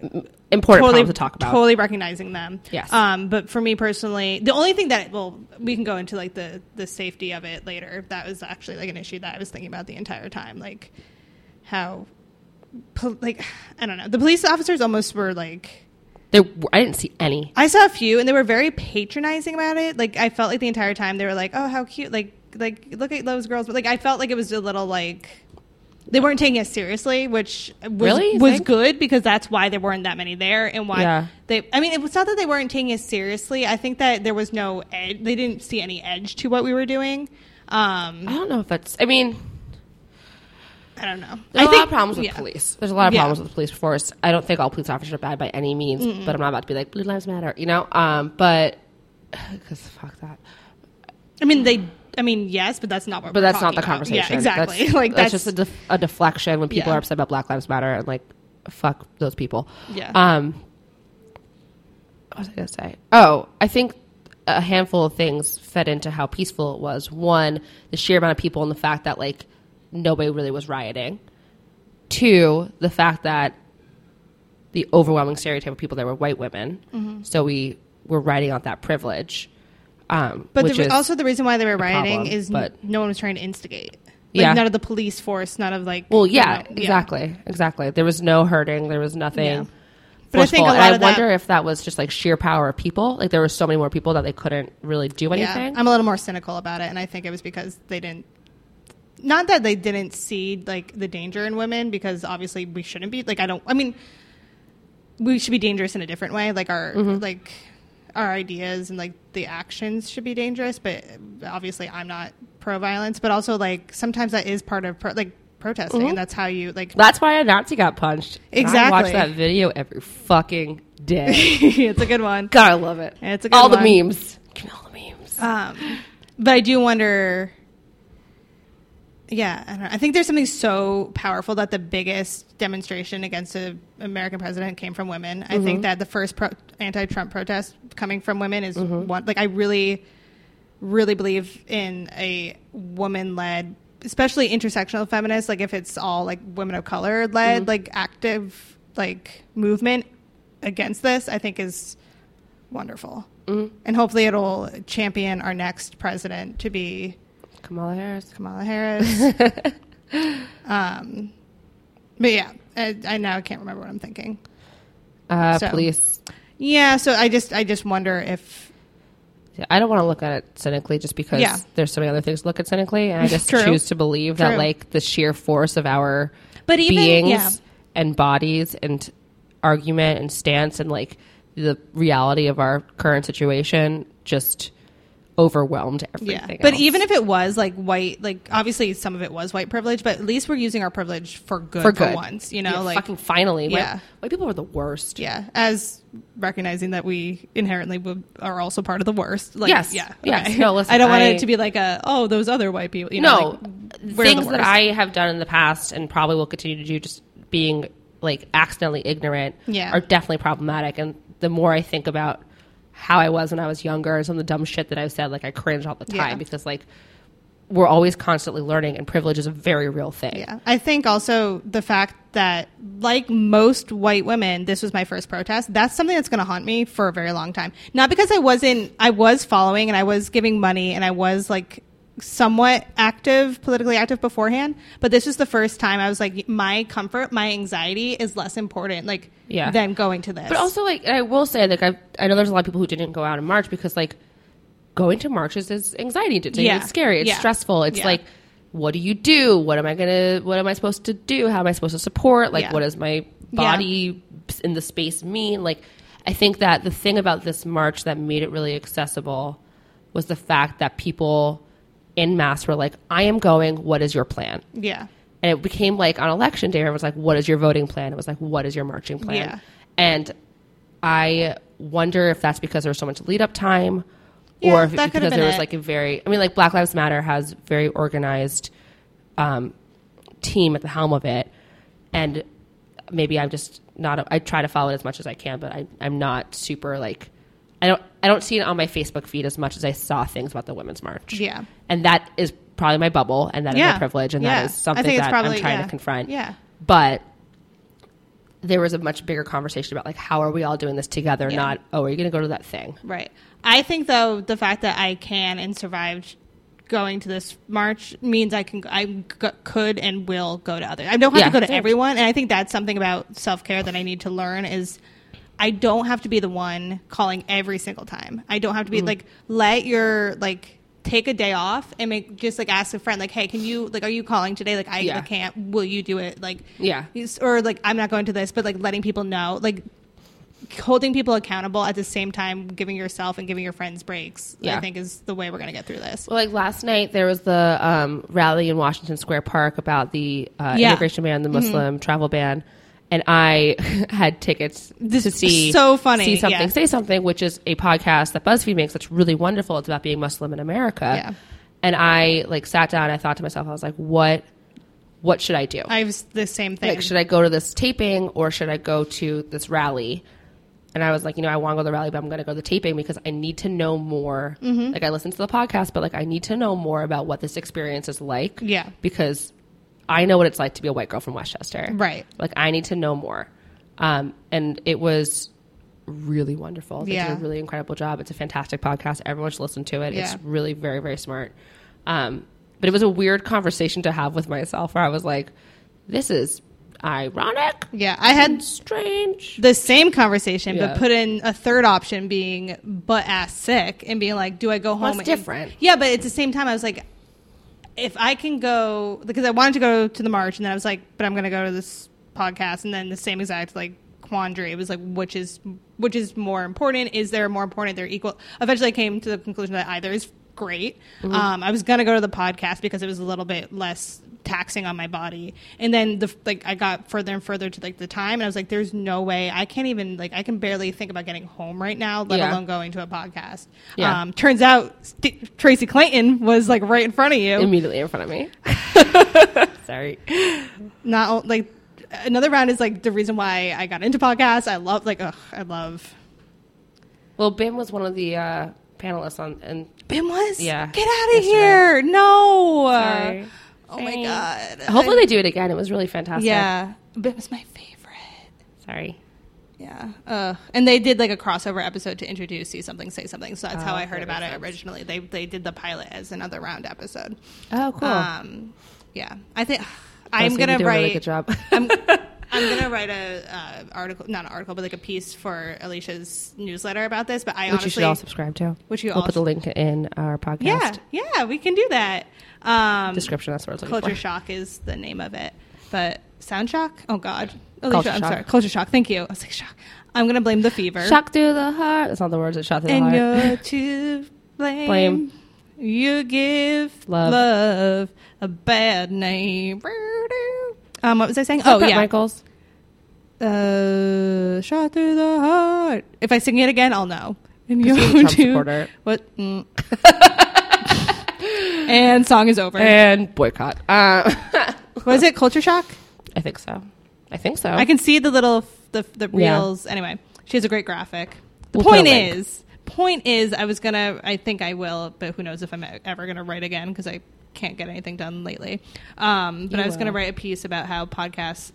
Speaker 3: Important
Speaker 2: totally
Speaker 3: problems to talk about.
Speaker 2: Totally recognizing them.
Speaker 3: Yes.
Speaker 2: Um, but for me personally, the only thing that well, we can go into like the the safety of it later. That was actually like an issue that I was thinking about the entire time, like how, pol- like I don't know, the police officers almost were like.
Speaker 3: There, I didn't see any.
Speaker 2: I saw a few, and they were very patronizing about it. Like I felt like the entire time they were like, "Oh, how cute!" Like, like look at those girls. But like I felt like it was a little like they weren't taking it seriously, which was,
Speaker 3: Really? You
Speaker 2: was
Speaker 3: think?
Speaker 2: good because that's why there weren't that many there, and why
Speaker 3: Yeah.
Speaker 2: they. I mean, it was not that they weren't taking it seriously. I think that there was no edge. They didn't see any edge to what we were doing. Um,
Speaker 3: I don't know if that's. I mean,
Speaker 2: I don't know.
Speaker 3: there's
Speaker 2: I
Speaker 3: a lot of problems with
Speaker 2: yeah.
Speaker 3: police. There's a lot of
Speaker 2: Yeah.
Speaker 3: problems with the police force. I don't think all police officers are bad by any means, but I'm not about to be like blue lives matter, you know. Um, but because fuck that.
Speaker 2: I mean, they. I mean, yes, but that's not what. we're
Speaker 3: But that's not
Speaker 2: talking
Speaker 3: the
Speaker 2: about.
Speaker 3: conversation.
Speaker 2: Yeah, exactly.
Speaker 3: That's,
Speaker 2: like
Speaker 3: that's, just a, def- a deflection when people
Speaker 2: Yeah.
Speaker 3: are upset about Black Lives Matter and like, fuck those people.
Speaker 2: Yeah.
Speaker 3: Um. What was I gonna say? Oh, I think a handful of things fed into how peaceful it was. One, the sheer amount of people and the fact that like nobody really was rioting. Two, the fact that the overwhelming stereotype of people there were white women,
Speaker 2: Mm-hmm.
Speaker 3: so we were riding out that privilege. Um,
Speaker 2: But
Speaker 3: which
Speaker 2: the,
Speaker 3: is-
Speaker 2: also the reason why they were rioting
Speaker 3: problem,
Speaker 2: is n-
Speaker 3: but-
Speaker 2: no one was trying to instigate. Like,
Speaker 3: Yeah.
Speaker 2: None of the police force, none of like.
Speaker 3: Well,
Speaker 2: you know,
Speaker 3: yeah, exactly, exactly. There was no hurting. There was nothing.
Speaker 2: Yeah. But I
Speaker 3: But
Speaker 2: think a
Speaker 3: I
Speaker 2: lot
Speaker 3: and I
Speaker 2: of that-
Speaker 3: wonder if that was just like sheer power of people. Like there were so many more people that they couldn't really do
Speaker 2: Yeah.
Speaker 3: anything.
Speaker 2: I'm a little more cynical about it, and I think it was because they didn't. Not that they didn't see like the danger in women, because obviously we shouldn't be like I don't. I mean, we should be dangerous in a different way. Like our
Speaker 3: Mm-hmm.
Speaker 2: like our ideas and like the actions should be dangerous, but obviously I'm not pro violence. But also like sometimes that is part of pro- like protesting,
Speaker 3: Mm-hmm.
Speaker 2: and that's how you like
Speaker 3: That's why a Nazi got punched. And I watch
Speaker 2: Exactly.
Speaker 3: that video every fucking day.
Speaker 2: it's a good one.
Speaker 3: God, I love it.
Speaker 2: It's a good
Speaker 3: all
Speaker 2: one.
Speaker 3: the memes. Give me all the memes.
Speaker 2: Um, but I do wonder. Yeah, I don't know. I think there's something so powerful that the biggest demonstration against an American president came from women. I think that the first pro- anti-Trump protest coming from women is one. Like I really, really believe in a woman-led, especially intersectional feminist. Like if it's all like women of color led, like active like movement against this, I think is wonderful.
Speaker 3: Mm-hmm.
Speaker 2: And hopefully it'll champion our next president to be
Speaker 3: Kamala Harris.
Speaker 2: Kamala Harris. um, but yeah, I, I now can't remember what I'm thinking.
Speaker 3: Uh,
Speaker 2: So-
Speaker 3: Police.
Speaker 2: Yeah, so I just I just wonder if
Speaker 3: Yeah, I don't want to look at it cynically just because
Speaker 2: Yeah.
Speaker 3: there's so many other things to look at cynically. And I just
Speaker 2: True.
Speaker 3: choose to believe
Speaker 2: True.
Speaker 3: that like the sheer force of our
Speaker 2: But even-
Speaker 3: beings
Speaker 2: yeah.
Speaker 3: and bodies and argument and stance and like the reality of our current situation just overwhelmed
Speaker 2: yeah.
Speaker 3: everything.
Speaker 2: But
Speaker 3: else.
Speaker 2: even if it was like white, like obviously some of it was white privilege, but at least we're using our privilege for good for,
Speaker 3: for good
Speaker 2: once, you know,
Speaker 3: Yeah,
Speaker 2: like
Speaker 3: fucking finally, white-
Speaker 2: yeah.
Speaker 3: white, people were the worst.
Speaker 2: yeah, as recognizing that we inherently would, are also part of the worst. Like,
Speaker 3: Yes.
Speaker 2: yeah,
Speaker 3: Yes. No, listen,
Speaker 2: I don't want
Speaker 3: I-
Speaker 2: it to be like a oh those other white people. You know,
Speaker 3: no,
Speaker 2: like, we're the
Speaker 3: things that
Speaker 2: worst.
Speaker 3: I have done in the past and probably will continue to do, just being like accidentally ignorant,
Speaker 2: Yeah.
Speaker 3: are definitely problematic. And the more I think about how I was when I was younger, and some of the dumb shit that I've said, like I cringe all the time
Speaker 2: Yeah.
Speaker 3: because like we're always constantly learning, and privilege is a very real thing.
Speaker 2: Yeah. I think also the fact that, like most white women, this was my first protest. That's something that's going to haunt me for a very long time. Not because I wasn't, I was following and I was giving money and I was like somewhat active, politically active beforehand, but this was the first time I was like, my comfort, my anxiety is less important, like,
Speaker 3: Yeah.
Speaker 2: than going to this.
Speaker 3: But also, like, I will say, like, I I know there's a lot of people who didn't go out in March because, like, going to marches is anxiety inducing.
Speaker 2: Yeah.
Speaker 3: It's scary. It's
Speaker 2: Yeah.
Speaker 3: stressful. It's
Speaker 2: Yeah.
Speaker 3: like, what do you do? What am I gonna? What am I supposed to do? How am I supposed to support? Like,
Speaker 2: Yeah.
Speaker 3: what does my
Speaker 2: Yeah.
Speaker 3: body in the space mean? Like, I think that the thing about this march that made it really accessible was the fact that people in mass were like, "I am going. What is your plan?"
Speaker 2: yeah.
Speaker 3: and it became like on election day, everyone was like, "What is your voting plan?" It was like, "What is your marching plan?"
Speaker 2: Yeah.
Speaker 3: And I wonder if that's because there was so much lead up time,
Speaker 2: Yeah,
Speaker 3: or if
Speaker 2: that
Speaker 3: it's
Speaker 2: could
Speaker 3: because
Speaker 2: have been
Speaker 3: there was
Speaker 2: it.
Speaker 3: like a very, I mean, like Black Lives Matter has very organized um, team at the helm of it, and maybe I'm just not. I try to follow it as much as I can, but I, I'm not super like. I don't. I don't see it on my Facebook feed as much as I saw things about the Women's March.
Speaker 2: Yeah.
Speaker 3: and that is probably my bubble, and that is my
Speaker 2: Yeah.
Speaker 3: privilege, and
Speaker 2: Yeah.
Speaker 3: that is something
Speaker 2: I think it's
Speaker 3: that I'm
Speaker 2: probably-
Speaker 3: trying
Speaker 2: yeah.
Speaker 3: to confront.
Speaker 2: Yeah.
Speaker 3: But there was a much bigger conversation about like how are we all doing this together,
Speaker 2: Yeah.
Speaker 3: not oh, are you gonna go to that thing?
Speaker 2: Right. I think though the fact that I can and survived going to this march means I can I g- could and will go to others. I don't have
Speaker 3: Yeah.
Speaker 2: to go to
Speaker 3: Yeah.
Speaker 2: everyone, and I think that's something about self care that I need to learn is. I don't have to be the one calling every single time. I don't have to be
Speaker 3: Mm.
Speaker 2: like let your like take a day off and make just like ask a friend like hey can you like are you calling today like I
Speaker 3: Yeah.
Speaker 2: can't will you do it like
Speaker 3: Yeah.
Speaker 2: you s- or like I'm not going to this but like letting people know like holding people accountable at the same time giving yourself and giving your friends breaks
Speaker 3: Yeah.
Speaker 2: i think is the way we're going to get through this
Speaker 3: Well, like last night, there was the um, rally in Washington Square Park about the uh,
Speaker 2: Yeah. Mm-hmm.
Speaker 3: immigration ban, the Muslim travel ban, and I had tickets
Speaker 2: This
Speaker 3: to
Speaker 2: is
Speaker 3: see
Speaker 2: so funny,
Speaker 3: see something,
Speaker 2: yeah.
Speaker 3: say something, which is a podcast that BuzzFeed makes that's really wonderful. It's about being Muslim in America,
Speaker 2: Yeah.
Speaker 3: and I like sat down. I thought to myself, I was like, what, what should I do?
Speaker 2: i was the same thing
Speaker 3: Like, should I go to this taping or should I go to this rally? And I was like, you know, I want to go to the rally, but I'm going to go to the taping because I need to know more.
Speaker 2: Mm-hmm.
Speaker 3: Like, I listened to the podcast, but like, I need to know more about what this experience is like.
Speaker 2: Yeah.
Speaker 3: Because I know what it's like to be a white girl from Westchester.
Speaker 2: Right.
Speaker 3: Like, I need to know more. Um, and it was really wonderful. They
Speaker 2: Yeah.
Speaker 3: did a really incredible job. It's a fantastic podcast. Everyone should listen to it.
Speaker 2: Yeah.
Speaker 3: It's really very, very smart. Um, but it was a weird conversation to have with myself where I was like, this is ironic,
Speaker 2: yeah i had
Speaker 3: strange.
Speaker 2: the same conversation
Speaker 3: Yeah.
Speaker 2: but put in a third option being butt ass sick and being like do i go home
Speaker 3: That's
Speaker 2: and-
Speaker 3: different.
Speaker 2: yeah but at the same time i was like if i can go because i wanted to go to the march and then i was like but i'm going to go to this podcast and then the same exact like quandary it was like which is which is more important is there more important they're equal eventually i came to the conclusion that either is great
Speaker 3: Mm-hmm.
Speaker 2: um, i was going to go to the podcast because it was a little bit less taxing on my body and then the like i got further and further to like the time and i was like there's no way i can't even like i can barely think about getting home right now let
Speaker 3: Yeah.
Speaker 2: alone going to a podcast
Speaker 3: Yeah.
Speaker 2: um, turns out St- tracy clayton was like right in front of you
Speaker 3: Immediately in front of me. Sorry.
Speaker 2: not o- like another round is like the reason why I got into podcasts. I love like ugh, I love
Speaker 3: Well, Bim was one of the uh, panelists on, and
Speaker 2: Bim was
Speaker 3: Yeah.
Speaker 2: Get out of
Speaker 3: Yesterday.
Speaker 2: here! No.
Speaker 3: Sorry.
Speaker 2: Oh my god.
Speaker 3: uh, hopefully
Speaker 2: I-
Speaker 3: they do it again. It was really fantastic.
Speaker 2: yeah. Bim was my favorite.
Speaker 3: Sorry.
Speaker 2: Yeah. Uh, and they did like a crossover episode to introduce see something say something. So that's how
Speaker 3: Oh,
Speaker 2: I heard
Speaker 3: that
Speaker 2: about it
Speaker 3: makes sense.
Speaker 2: originally. They they did the pilot as another round episode.
Speaker 3: Oh, cool.
Speaker 2: Um, yeah. I think I'm
Speaker 3: you
Speaker 2: gonna
Speaker 3: do a
Speaker 2: write
Speaker 3: really good job.
Speaker 2: I'm, I'm gonna write a uh, article, not an article, but like a piece for Alicia's newsletter about this. But I
Speaker 3: which you
Speaker 2: honestly,
Speaker 3: should all subscribe to.
Speaker 2: Which you
Speaker 3: we'll
Speaker 2: all
Speaker 3: put the link in our podcast
Speaker 2: yeah, yeah, we can do that. Um,
Speaker 3: description. That's what I was looking
Speaker 2: Culture
Speaker 3: for.
Speaker 2: shock is the name of it, but sound shock. Oh God, Alicia,
Speaker 3: Culture
Speaker 2: I'm
Speaker 3: shock.
Speaker 2: sorry, culture shock. Thank you. I was like shock. I'm gonna blame the fever.
Speaker 3: Shock through the heart. That's not the words. It's shot through
Speaker 2: and
Speaker 3: the heart.
Speaker 2: you're to blame.
Speaker 3: Blame.
Speaker 2: You give
Speaker 3: Love.
Speaker 2: love. a bad name. Um, what was I saying? Oh
Speaker 3: Brett
Speaker 2: yeah,
Speaker 3: Michaels.
Speaker 2: Uh, shot through the heart. If I sing it again, I'll know. And
Speaker 3: Because
Speaker 2: you
Speaker 3: you're a Trump
Speaker 2: too.
Speaker 3: supporter.
Speaker 2: What? Mm. and song is over.
Speaker 3: and boycott. Uh,
Speaker 2: Was it culture shock?
Speaker 3: I think so. I think so.
Speaker 2: I can see the little the the
Speaker 3: Yeah.
Speaker 2: reels. Anyway, she has a great graphic. The
Speaker 3: We'll put a
Speaker 2: point
Speaker 3: link.
Speaker 2: is, point is, I was gonna. I think I will, but who knows if I'm e- ever gonna write again because I can't get anything done lately. Um, but
Speaker 3: You
Speaker 2: I was going to
Speaker 3: will.
Speaker 2: write a piece about how podcasts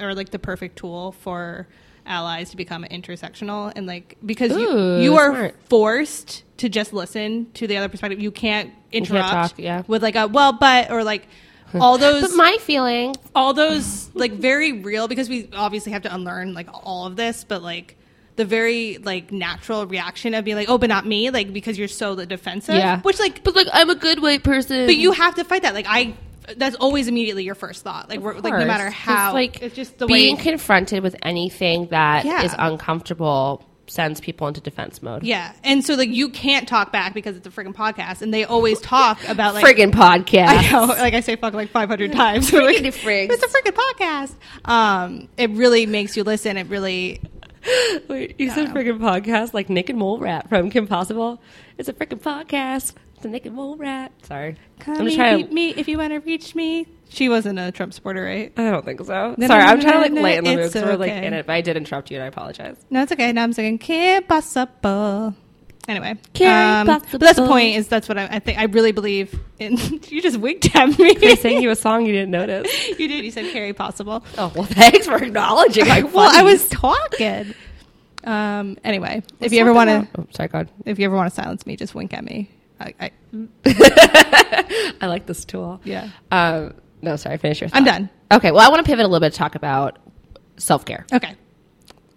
Speaker 2: are like the perfect tool for allies to become intersectional and like because
Speaker 3: Ooh,
Speaker 2: you you are
Speaker 3: smart.
Speaker 2: forced to just listen to the other perspective. You can't interrupt
Speaker 3: talk, yeah.
Speaker 2: with like a well but or like all those
Speaker 3: But my feeling,
Speaker 2: all those like very real because we obviously have to unlearn like all of this but like the very like natural reaction of being like oh but not me like because you're so like, defensive
Speaker 3: Yeah.
Speaker 2: which like
Speaker 3: but like I'm a good white person.
Speaker 2: but you have to fight that like i that's always immediately your first thought like we're, like no
Speaker 3: course.
Speaker 2: matter
Speaker 3: 'Cause,
Speaker 2: how
Speaker 3: like
Speaker 2: it's just the
Speaker 3: being
Speaker 2: way
Speaker 3: confronted with anything that is
Speaker 2: Yeah.
Speaker 3: uncomfortable sends people into defense mode.
Speaker 2: yeah and so like you can't talk back because it's a friggin' podcast and they always talk about like
Speaker 3: Friggin' podcast.
Speaker 2: I know, like I say fuck like 500 times. Like,
Speaker 3: Friggity frigs.
Speaker 2: it's a freaking podcast. Um, it really makes you listen. It really
Speaker 3: Wait, you said freaking podcast like Nick and Mole Rat from Kim Possible. It's a freaking podcast. It's a Nick and Mole Rat. Sorry.
Speaker 2: Come
Speaker 3: I'm just
Speaker 2: and
Speaker 3: trying
Speaker 2: meet me if you want to reach me. She wasn't a Trump supporter, right?
Speaker 3: I don't think so.
Speaker 2: No,
Speaker 3: Sorry,
Speaker 2: no,
Speaker 3: I'm
Speaker 2: no,
Speaker 3: trying to like
Speaker 2: no,
Speaker 3: lighten the mood
Speaker 2: it's
Speaker 3: because we're like
Speaker 2: okay.
Speaker 3: in it. But I did interrupt you, and I apologize.
Speaker 2: No, it's okay. Now I'm singing Kim Possible. Anyway, um,
Speaker 3: Kim
Speaker 2: but that's the
Speaker 3: Possible.
Speaker 2: point. Is that's what I, I think. I really believe in. you just winked at me.
Speaker 3: I sang you a song you didn't notice.
Speaker 2: you did. You said Carrie Possible.
Speaker 3: Oh well, thanks for acknowledging. My
Speaker 2: well, I
Speaker 3: funnies.
Speaker 2: was talking. Um. Anyway, if you
Speaker 3: Let's
Speaker 2: ever
Speaker 3: talk
Speaker 2: want to,
Speaker 3: about- oh, sorry, God,
Speaker 2: if you ever want to silence me, just wink at me. I, I,
Speaker 3: I like this tool.
Speaker 2: yeah,
Speaker 3: Um, no, sorry, finish your. Thought.
Speaker 2: I'm done.
Speaker 3: Okay, well, I want to pivot a little bit to talk about self care.
Speaker 2: Okay.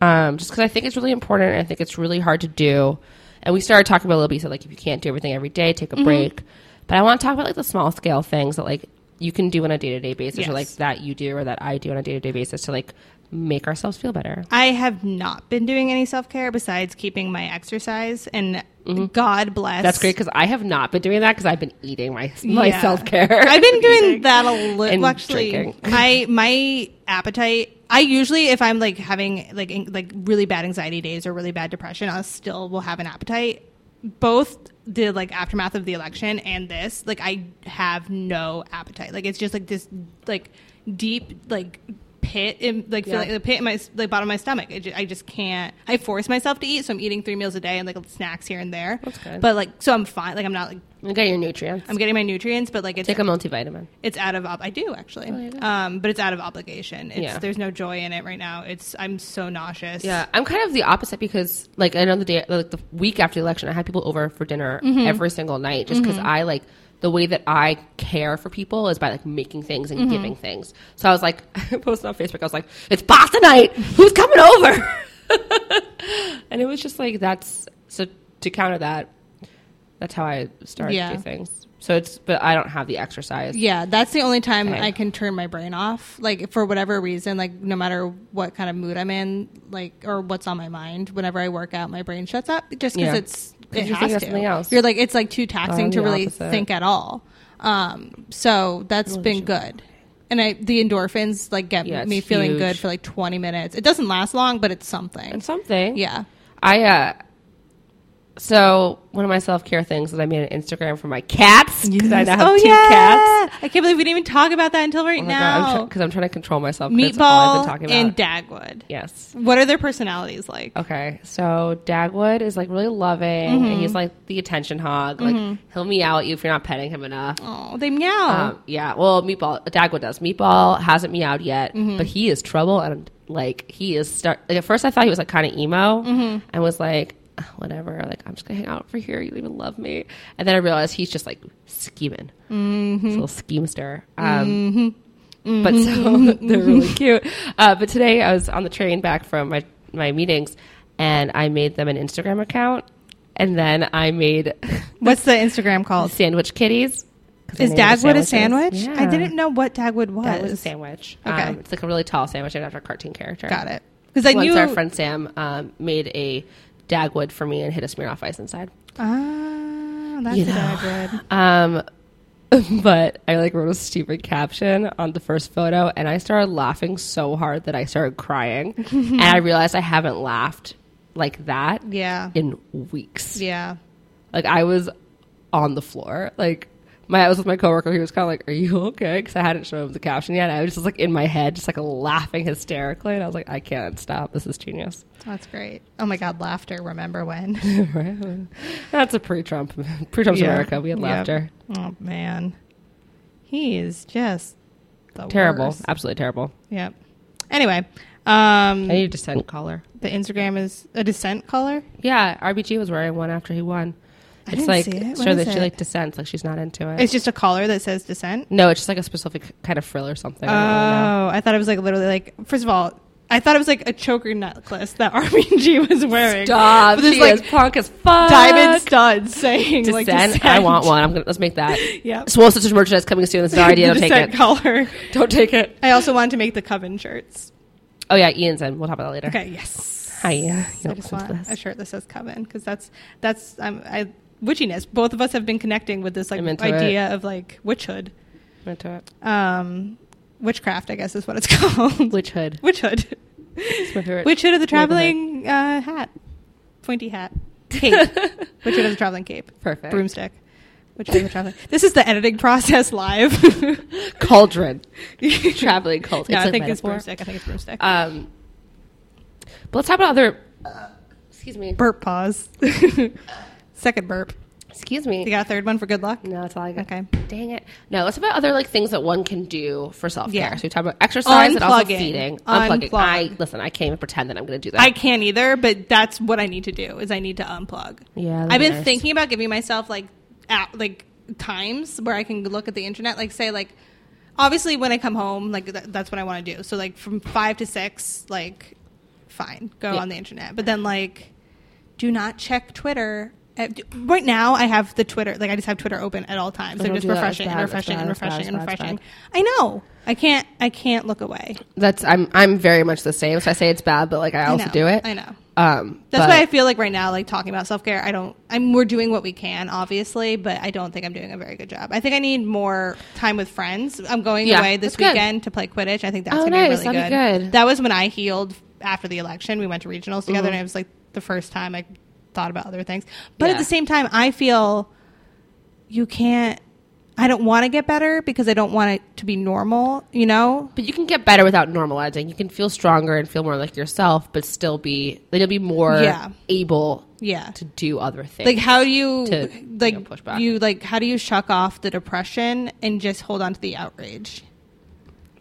Speaker 3: um, just because I think it's really important and I think it's really hard to do. And we started talking about a little bit, you said like if you can't do everything every day, take a
Speaker 2: Mm-hmm.
Speaker 3: break. But I want to talk about like the small scale things that like you can do on a day to day basis,
Speaker 2: Yes.
Speaker 3: or like that you do or that I do on a day to day basis to like make ourselves feel better.
Speaker 2: I have not been doing any self care besides keeping my exercise, and God bless.
Speaker 3: Mm-hmm. That's great because I have not been doing that because I've been eating my my
Speaker 2: Yeah.
Speaker 3: self care.
Speaker 2: I've been doing that a little.
Speaker 3: and
Speaker 2: Well, actually,
Speaker 3: drinking.
Speaker 2: I my appetite. I usually, if I'm like having like in, like really bad anxiety days or really bad depression, I still will have an appetite. Both the like aftermath of the election and this, like I have no appetite. Like it's just like this like deep like pit in like
Speaker 3: Yeah.
Speaker 2: feeling the pit in my s- like bottom of my stomach. It ju- I just can't. I force myself to eat, so I'm eating three meals a day and like snacks here and there.
Speaker 3: That's good.
Speaker 2: But like, so I'm fine. Like I'm not like
Speaker 3: You got your nutrients.
Speaker 2: I'm getting my nutrients, but like it's
Speaker 3: Take a multivitamin.
Speaker 2: it's out of ob- I do actually,
Speaker 3: you do.
Speaker 2: um, but it's out of obligation. It's,
Speaker 3: Oh, Yeah.
Speaker 2: There's no joy in it right now. It's I'm so nauseous.
Speaker 3: Yeah, I'm kind of the opposite because, like, I know the day, like the week after the election, I had people over for dinner
Speaker 2: Mm-hmm.
Speaker 3: every single night just because I like the way that I care for people is by like making things
Speaker 2: Mm-hmm.
Speaker 3: and giving things. So I was like, posting on Facebook, I was like, "It's pasta night. Who's coming over?" and it was just like that's so to counter that, that's how I started
Speaker 2: Yeah.
Speaker 3: to do things. So it's, but I don't have the exercise.
Speaker 2: yeah. That's the only time
Speaker 3: Okay.
Speaker 2: I can turn my brain off. Like for whatever reason, like no matter what kind of mood I'm in, like or what's on my mind. Whenever I work out, my brain shuts up just because
Speaker 3: Yeah.
Speaker 2: it's
Speaker 3: 'Cause
Speaker 2: it
Speaker 3: you're
Speaker 2: has
Speaker 3: thinking of
Speaker 2: to.
Speaker 3: something else.
Speaker 2: You're like it's like too taxing
Speaker 3: I'm
Speaker 2: to
Speaker 3: the
Speaker 2: really
Speaker 3: opposite.
Speaker 2: think at all. Um, so that's been good. And I, the endorphins like get
Speaker 3: Yeah, it's
Speaker 2: me feeling
Speaker 3: huge.
Speaker 2: good for like 20 minutes. It doesn't last long, but it's something.
Speaker 3: and something.
Speaker 2: yeah.
Speaker 3: I uh so one of my self care things is I made an Instagram for my cats because I now have
Speaker 2: Oh,
Speaker 3: two cats.
Speaker 2: I can't believe we didn't even talk about that until right
Speaker 3: Oh my
Speaker 2: now.
Speaker 3: because I'm trying to control myself. 'cause that's all I've
Speaker 2: Meatball
Speaker 3: been talking
Speaker 2: and
Speaker 3: about.
Speaker 2: Dagwood.
Speaker 3: yes.
Speaker 2: What are their personalities like?
Speaker 3: Okay. So Dagwood is like really loving,
Speaker 2: Mm-hmm.
Speaker 3: and he's like the attention hog. Like he'll meow at you if you're not petting him enough.
Speaker 2: Oh, they meow.
Speaker 3: Um, yeah. Well, Meatball Dagwood does. Meatball hasn't meowed yet,
Speaker 2: Mm-hmm.
Speaker 3: but he is trouble, and like he is start. Like, at first, I thought he was like kind of emo,
Speaker 2: Mm-hmm.
Speaker 3: and was like, "Ugh, whatever. Like I'm just gonna hang out over here. You don't even love me. And then I realized he's just like scheming,
Speaker 2: Mm-hmm.
Speaker 3: He's a little schemester. Um, But so
Speaker 2: Mm-hmm.
Speaker 3: they're really cute. Uh, but today I was on the train back from my my meetings, and I made them an Instagram account, and then I made
Speaker 2: What's the Instagram called?
Speaker 3: sandwich kitties. 'Cause I
Speaker 2: Is
Speaker 3: made them
Speaker 2: Dagwood a sandwich?
Speaker 3: sandwiches.
Speaker 2: I
Speaker 3: Yeah.
Speaker 2: didn't know what Dagwood was.
Speaker 3: That was a sandwich.
Speaker 2: Okay.
Speaker 3: Um, it's like a really tall sandwich named after a cartoon character.
Speaker 2: Got it. Because I
Speaker 3: Once
Speaker 2: knew.
Speaker 3: our friend Sam um, made a Dagwood for me and hid a Smirnoff Ice inside.
Speaker 2: ah, that's
Speaker 3: You
Speaker 2: a
Speaker 3: know.
Speaker 2: Dagwood.
Speaker 3: Um, but I like wrote a stupid caption on the first photo, and I started laughing so hard that I started crying, and I realized I haven't laughed like that
Speaker 2: Yeah.
Speaker 3: in weeks.
Speaker 2: Yeah.
Speaker 3: Like I was on the floor. Like my I was with my coworker. He was kind of like, "Are you okay?" Because I hadn't shown him the caption yet. I was just like in my head, just like laughing hysterically, and I was like, "I can't stop. This is genius."
Speaker 2: That's great. Oh my God, laughter. Remember when?
Speaker 3: Right? That's a pre-Trump, pre-Trump's
Speaker 2: Yeah.
Speaker 3: America. We had
Speaker 2: Yep.
Speaker 3: laughter.
Speaker 2: Oh man. He is just the
Speaker 3: Terrible.
Speaker 2: worst.
Speaker 3: Absolutely terrible.
Speaker 2: Yep. Anyway, um,
Speaker 3: I need a descent collar.
Speaker 2: the Instagram is a descent color.
Speaker 3: Yeah, RBG was wearing one after he won. It's
Speaker 2: didn't
Speaker 3: like
Speaker 2: see it. What
Speaker 3: show
Speaker 2: is
Speaker 3: that she
Speaker 2: it?
Speaker 3: like dissents, like she's not into it.
Speaker 2: It's just a collar that says descent.
Speaker 3: no, it's just like a specific kind of frill or something.
Speaker 2: Oh,
Speaker 3: I
Speaker 2: I thought it was like literally like. First of all, I thought it was like a choker necklace that RBG was
Speaker 3: don't know.
Speaker 2: wearing.
Speaker 3: Stop.
Speaker 2: But there's
Speaker 3: She
Speaker 2: like
Speaker 3: is punk as fuck.
Speaker 2: diamond studs saying
Speaker 3: Descent.
Speaker 2: like descent.
Speaker 3: I want one. I'm gonna let's make that.
Speaker 2: Yep.
Speaker 3: Swole Sisters merchandise coming soon. It's not idea.
Speaker 2: The
Speaker 3: Don't take
Speaker 2: descent
Speaker 3: it.
Speaker 2: collar.
Speaker 3: Don't take it.
Speaker 2: I also wanted to make the coven shirts.
Speaker 3: Oh yeah, Ian's in. We'll talk about that later.
Speaker 2: Okay. Yes.
Speaker 3: Hi, Ian. You
Speaker 2: I
Speaker 3: don't
Speaker 2: just
Speaker 3: listen to
Speaker 2: want
Speaker 3: this.
Speaker 2: a shirt that says Coven because that's that's um, I witchiness. Both of us have been connecting with this like
Speaker 3: I'm into
Speaker 2: idea of like witchhood,
Speaker 3: I'm into it.
Speaker 2: um, witchcraft. I guess is what it's called.
Speaker 3: Witch hood.
Speaker 2: witchhood.
Speaker 3: my favorite
Speaker 2: Witchhood of the traveling uh, hat, pointy hat, cape. witchhood of the traveling cape,
Speaker 3: Perfect.
Speaker 2: broomstick. Witchhood of the traveling. This is the editing process live.
Speaker 3: Cauldron. Traveling cult.
Speaker 2: No,
Speaker 3: It's
Speaker 2: I
Speaker 3: like
Speaker 2: think it's Uh,
Speaker 3: metaphor.
Speaker 2: broomstick. I think it's broomstick.
Speaker 3: Um, but let's talk about other. excuse me.
Speaker 2: burp pause. Second burp.
Speaker 3: Excuse
Speaker 2: You
Speaker 3: me.
Speaker 2: got a third one for good luck.
Speaker 3: No, that's all I got.
Speaker 2: Okay.
Speaker 3: Dang it. No, let's talk about other like things that one can do for self care.
Speaker 2: Yeah.
Speaker 3: So we talk about exercise and also
Speaker 2: Unplugging.
Speaker 3: feeding. Unplugging.
Speaker 2: Unplug.
Speaker 3: I listen. I can't even pretend that I'm going to do that.
Speaker 2: I can't either, but that's what I need to do is I need to unplug.
Speaker 3: Yeah, that'd
Speaker 2: I've
Speaker 3: be
Speaker 2: been
Speaker 3: nice.
Speaker 2: thinking about giving myself like at, like times where I can look at the internet, like say like obviously when I come home, like th- that's what I want to do. So like from 5 to 6, like fine, go
Speaker 3: Yeah.
Speaker 2: on the internet. But then like do not check Twitter. Uh, d- Right now, I have the Twitter. Like, I just have Twitter open at all times.
Speaker 3: Oh,
Speaker 2: So
Speaker 3: don't
Speaker 2: just
Speaker 3: do that. It's
Speaker 2: refreshing and
Speaker 3: bad. It's
Speaker 2: refreshing
Speaker 3: bad.
Speaker 2: and
Speaker 3: It's bad.
Speaker 2: refreshing and
Speaker 3: It's bad.
Speaker 2: refreshing.
Speaker 3: It's bad.
Speaker 2: I know. I can't. I can't look away.
Speaker 3: That's I'm I'm very much the same. So I say it's bad, but like I also
Speaker 2: know.
Speaker 3: do it.
Speaker 2: I know.
Speaker 3: Um,
Speaker 2: That's
Speaker 3: but-
Speaker 2: why I feel like right now, like talking about self care, I don't. I'm we're doing what we can, obviously, but I don't think I'm doing a very good job. I think I need more time with friends. I'm going
Speaker 3: Yeah,
Speaker 2: away this
Speaker 3: that's good.
Speaker 2: weekend to play Quidditch. I think that's
Speaker 3: Oh,
Speaker 2: gonna
Speaker 3: nice.
Speaker 2: be really
Speaker 3: That'd
Speaker 2: good.
Speaker 3: be good.
Speaker 2: That was when I healed after the election. We went to regionals
Speaker 3: Mm-hmm.
Speaker 2: together, and it was like the first time I thought about other things. But
Speaker 3: Yeah.
Speaker 2: at the same time, I feel you can't. I don't want to get better because I don't want it to be normal. You know,
Speaker 3: But you can get better without normalizing. You can feel stronger and feel more like yourself, but still be like, you'll be more
Speaker 2: Yeah.
Speaker 3: able
Speaker 2: yeah.
Speaker 3: to do other things.
Speaker 2: like how do you
Speaker 3: to,
Speaker 2: like
Speaker 3: you know, push back.
Speaker 2: you like how do you shuck off the depression and just hold on to the outrage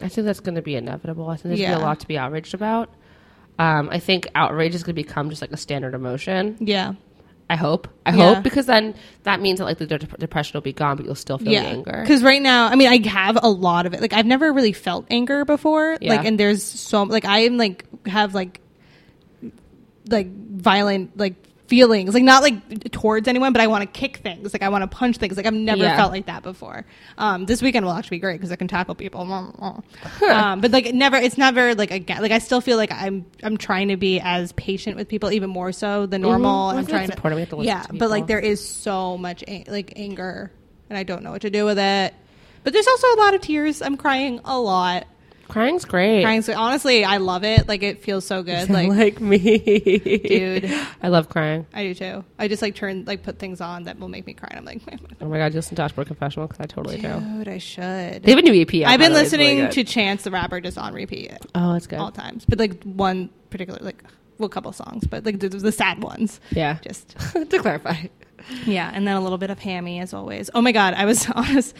Speaker 3: I think that's going to be inevitable. I think there's going to be
Speaker 2: Yeah.
Speaker 3: a lot to be outraged about. Um, I think outrage is going to become just like a standard emotion.
Speaker 2: yeah
Speaker 3: I hope. I
Speaker 2: Yeah.
Speaker 3: hope because then that means that like the de- depression will be gone, but you'll still feel the
Speaker 2: yeah
Speaker 3: anger.
Speaker 2: because right now i mean i have a lot of it like i've never really felt anger before
Speaker 3: Yeah.
Speaker 2: like and there's so like i am like have like like violent like feelings like not like towards anyone but i want to kick things like i want to punch things like i've never
Speaker 3: Yeah.
Speaker 2: felt like that before um this weekend will actually be great because i can tackle people um but like it never it's never like again like i still feel like i'm i'm trying to be as patient with people even more so than normal
Speaker 3: Well, I
Speaker 2: i'm
Speaker 3: think that's
Speaker 2: trying to,
Speaker 3: important. We have to listen
Speaker 2: yeah
Speaker 3: to
Speaker 2: but like
Speaker 3: people.
Speaker 2: there is so much an- like anger and i don't know what to do with it but there's also a lot of tears i'm crying a lot
Speaker 3: Crying's great.
Speaker 2: crying so honestly i love it like it feels so good like
Speaker 3: like me,
Speaker 2: Dude.
Speaker 3: I love crying.
Speaker 2: I do too. I just like turn like put things on that will make me cry. And I'm like,
Speaker 3: Oh my god, you listen to Ashmore Confessional because I totally do.
Speaker 2: dude, I should.
Speaker 3: They have a new E EP. out,
Speaker 2: I've
Speaker 3: by
Speaker 2: been
Speaker 3: the way. It's really
Speaker 2: listening
Speaker 3: good.
Speaker 2: to Chance the Rapper just on repeat
Speaker 3: Oh, it's good.
Speaker 2: all times, but like one particular like well, a couple songs, but like the, the sad ones.
Speaker 3: Yeah.
Speaker 2: just
Speaker 3: to clarify.
Speaker 2: yeah, and then a little bit of hammy as always. Oh my god, I was honest.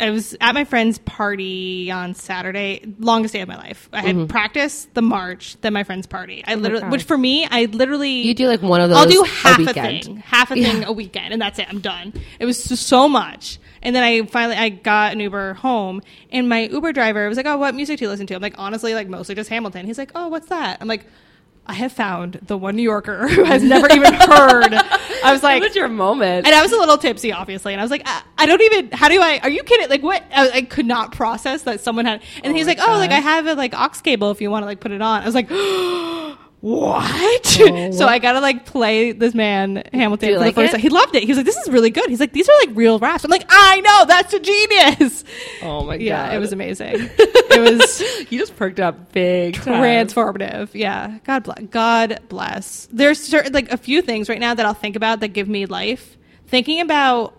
Speaker 2: I was at my friend's party on Saturday, longest day of my life. I had practice, the march, then my friend's party. I literally,
Speaker 3: Mm-hmm. Oh God.
Speaker 2: which for me, I literally
Speaker 3: You do like one of those.
Speaker 2: I'll do half
Speaker 3: a
Speaker 2: a,
Speaker 3: weekend.
Speaker 2: thing, half a thing
Speaker 3: Yeah.
Speaker 2: a weekend, and that's it. I'm done. It was so, so much, and then I finally I got an Uber home, and my Uber driver was like, "Oh, what music do you listen to?" I'm like, honestly, like mostly just Hamilton. He's like, "Oh, what's that?" I'm like, I have found the one New Yorker who has never even heard. I was like.
Speaker 3: it was your moment.
Speaker 2: And I was a little tipsy, obviously, and I was like, I, I don't even. How do I? Are you kidding? Like, what? I, I could not process that someone had. And he's
Speaker 3: my
Speaker 2: like, "Oh, like I have a like aux cable if you want to like put it on." I was like, "What?" so I gotta like play this man Hamilton
Speaker 3: Oh. Do
Speaker 2: for
Speaker 3: you like
Speaker 2: the first
Speaker 3: it?
Speaker 2: time. He loved it. He's like, "This is really good." He's like, "These are like real raps." I'm like, "I know. That's a genius."
Speaker 3: oh my god.
Speaker 2: Yeah, it was amazing. it was
Speaker 3: you just perked up big.
Speaker 2: transformative. Yeah. God bless. God bless. There's certain like a few things right now that I'll think about that give me life. Thinking about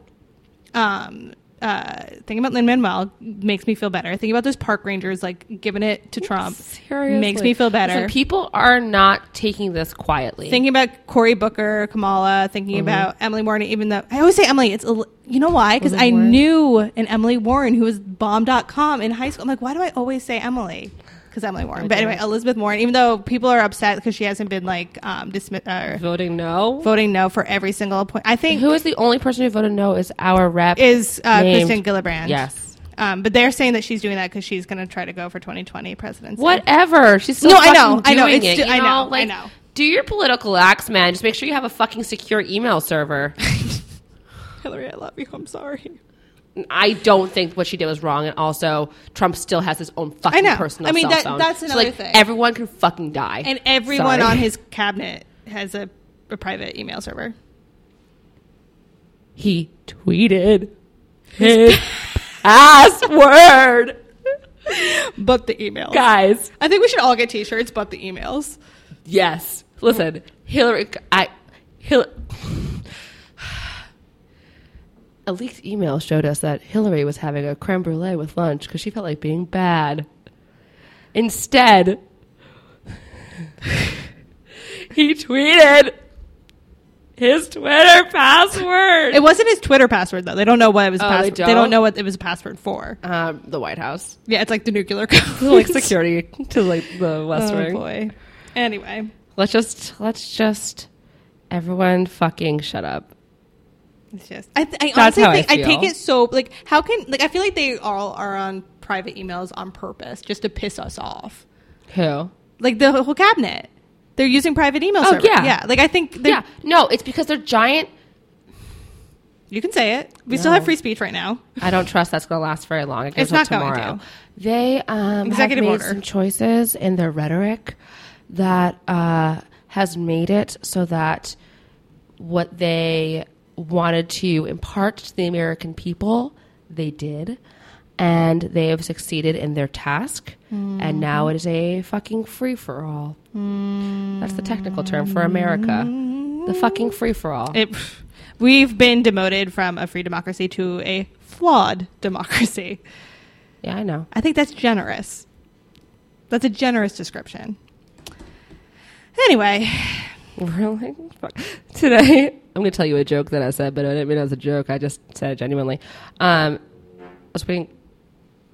Speaker 2: um uh, thinking about Lin Manuel makes me feel better. Thinking about those park rangers like giving it to Trump
Speaker 3: Seriously.
Speaker 2: makes me feel better.
Speaker 3: Listen, people are not taking this quietly.
Speaker 2: thinking about Cory Booker, Kamala,
Speaker 3: Mm-hmm.
Speaker 2: thinking about Emily Warren, even though I always say Emily, it's a, you know why? Because I knew an Emily Warren who was bomb.com in high school. I'm like, why do I always say Emily? Because Emily Warren. But anyway, Elizabeth Warren, even though people are upset because she hasn't been like um, dismissed or
Speaker 3: Voting no.
Speaker 2: voting no for every single appointment, I think
Speaker 3: Who is the only person who voted no is our rep.
Speaker 2: is uh,
Speaker 3: named-
Speaker 2: Kristen Gillibrand.
Speaker 3: Yes.
Speaker 2: Um, but they're saying that she's doing that because she's going to try to go for 2020 presidency.
Speaker 3: Whatever. She's still
Speaker 2: No, I
Speaker 3: fucking
Speaker 2: know, I
Speaker 3: doing
Speaker 2: know,
Speaker 3: it.
Speaker 2: it's ju-
Speaker 3: you
Speaker 2: I know, I
Speaker 3: Like,
Speaker 2: know.
Speaker 3: Do your political acts, man. Just make sure you have a fucking secure email server. e-,
Speaker 2: Hillary, I love you. I'm sorry.
Speaker 3: I don't think what she did was wrong, and also Trump still has his own fucking
Speaker 2: I know.
Speaker 3: personal.
Speaker 2: I mean,
Speaker 3: cell
Speaker 2: that-
Speaker 3: phone.
Speaker 2: that's
Speaker 3: So,
Speaker 2: another
Speaker 3: like,
Speaker 2: thing.
Speaker 3: Everyone can fucking die,
Speaker 2: And everyone
Speaker 3: Sorry.
Speaker 2: on his cabinet has a, a private email server.
Speaker 3: he tweeted his password,
Speaker 2: But the emails.
Speaker 3: guys.
Speaker 2: I think we should all get T-shirts, but the emails.
Speaker 3: Yes. Listen, Hillary. I. Hillary. A leaked email showed us that Hillary was having a creme brulee with lunch because she felt like being bad. Instead, he tweeted his Twitter password.
Speaker 2: It wasn't his Twitter password though. They don't know what it was.
Speaker 3: Oh,
Speaker 2: password.
Speaker 3: they
Speaker 2: They, don't?
Speaker 3: don't?
Speaker 2: know what it was a password for.
Speaker 3: Um, the White House,
Speaker 2: Yeah, it's like the nuclear code.
Speaker 3: like security to like the West
Speaker 2: oh
Speaker 3: Wing.
Speaker 2: boy. Anyway,
Speaker 3: Let's just let's just everyone fucking shut up.
Speaker 2: it's just I, th- I
Speaker 3: That's
Speaker 2: honestly
Speaker 3: how I
Speaker 2: think I,
Speaker 3: feel.
Speaker 2: take it so like how can like I feel like they all are on private emails on purpose just to piss us off.
Speaker 3: Who?
Speaker 2: Like the whole cabinet, they're using private email.
Speaker 3: Oh,
Speaker 2: server.
Speaker 3: yeah.
Speaker 2: yeah. Like I think they're-
Speaker 3: Yeah, no, it's because they're giant.
Speaker 2: you can say it. We still
Speaker 3: No.
Speaker 2: have free speech right now.
Speaker 3: I don't trust that's going to last very long. It
Speaker 2: It's
Speaker 3: goes until
Speaker 2: not going
Speaker 3: tomorrow.
Speaker 2: to.
Speaker 3: They um,
Speaker 2: Executive
Speaker 3: have made
Speaker 2: order.
Speaker 3: some choices in their rhetoric that uh, has made it so that what they wanted to impart to the American people, they did. And they have succeeded in their task. And now it is a fucking free for all. That's the technical term for America. The fucking free for all.
Speaker 2: It, we've been demoted from a free democracy to a flawed democracy.
Speaker 3: Yeah, I know.
Speaker 2: I think that's generous. That's a generous description. Anyway,
Speaker 3: We're like, fuck. Today, I'm going to tell you a joke that I said, but I didn't mean it was a joke. I just said it genuinely. Um, I was being,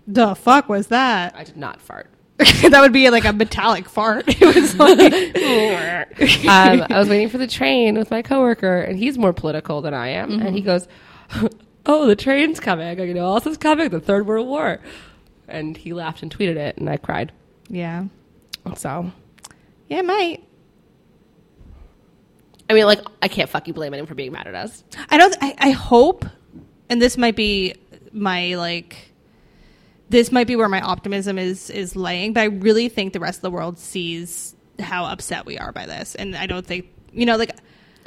Speaker 2: the fuck was that?
Speaker 3: I did not fart.
Speaker 2: that would be like a metallic fart. It was like
Speaker 3: um, I was waiting for the train with my coworker, and he's more political than I am. And he goes, "Oh, the train's coming! I go, you know, what else is coming? The Third World War." And he laughed and tweeted it, and I cried.
Speaker 2: Yeah.
Speaker 3: So,
Speaker 2: Yeah, it might.
Speaker 3: I mean, like, I can't fucking blame him for being mad at us.
Speaker 2: I don't I, I hope and this might be my like this might be where my optimism is is laying, but I really think the rest of the world sees how upset we are by this. And I don't think you know, like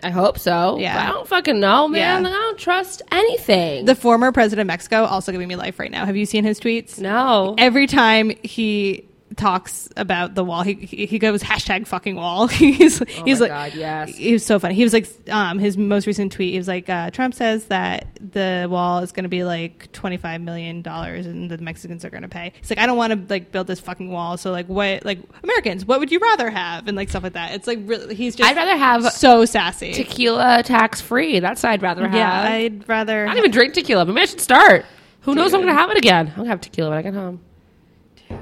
Speaker 3: I hope so.
Speaker 2: Yeah.
Speaker 3: but I don't fucking know, man.
Speaker 2: Yeah.
Speaker 3: Like, I don't trust anything.
Speaker 2: the former president of Mexico also giving me life right now. Have you seen his tweets?
Speaker 3: no,
Speaker 2: every time he talks about the wall, he he he goes hashtag fucking wall. he's he's
Speaker 3: Oh
Speaker 2: like,
Speaker 3: my God, yes.
Speaker 2: he was so funny. He was like, um, his most recent tweet, he was like, uh, Trump says that the wall is going to be like twenty five million dollars, and the Mexicans are going to pay. He's like, I don't want to like build this fucking wall. So like, what like Americans, what would you rather have, and like stuff like that. It's like really, he's just
Speaker 3: I'd rather have
Speaker 2: so sassy.
Speaker 3: tequila tax free. That's what I'd rather have.
Speaker 2: yeah,
Speaker 3: I,
Speaker 2: I'd rather.
Speaker 3: don't even drink tequila, but maybe I should start. Who knows? when I'm gonna have it again. I'm gonna have tequila when I get home. Dude,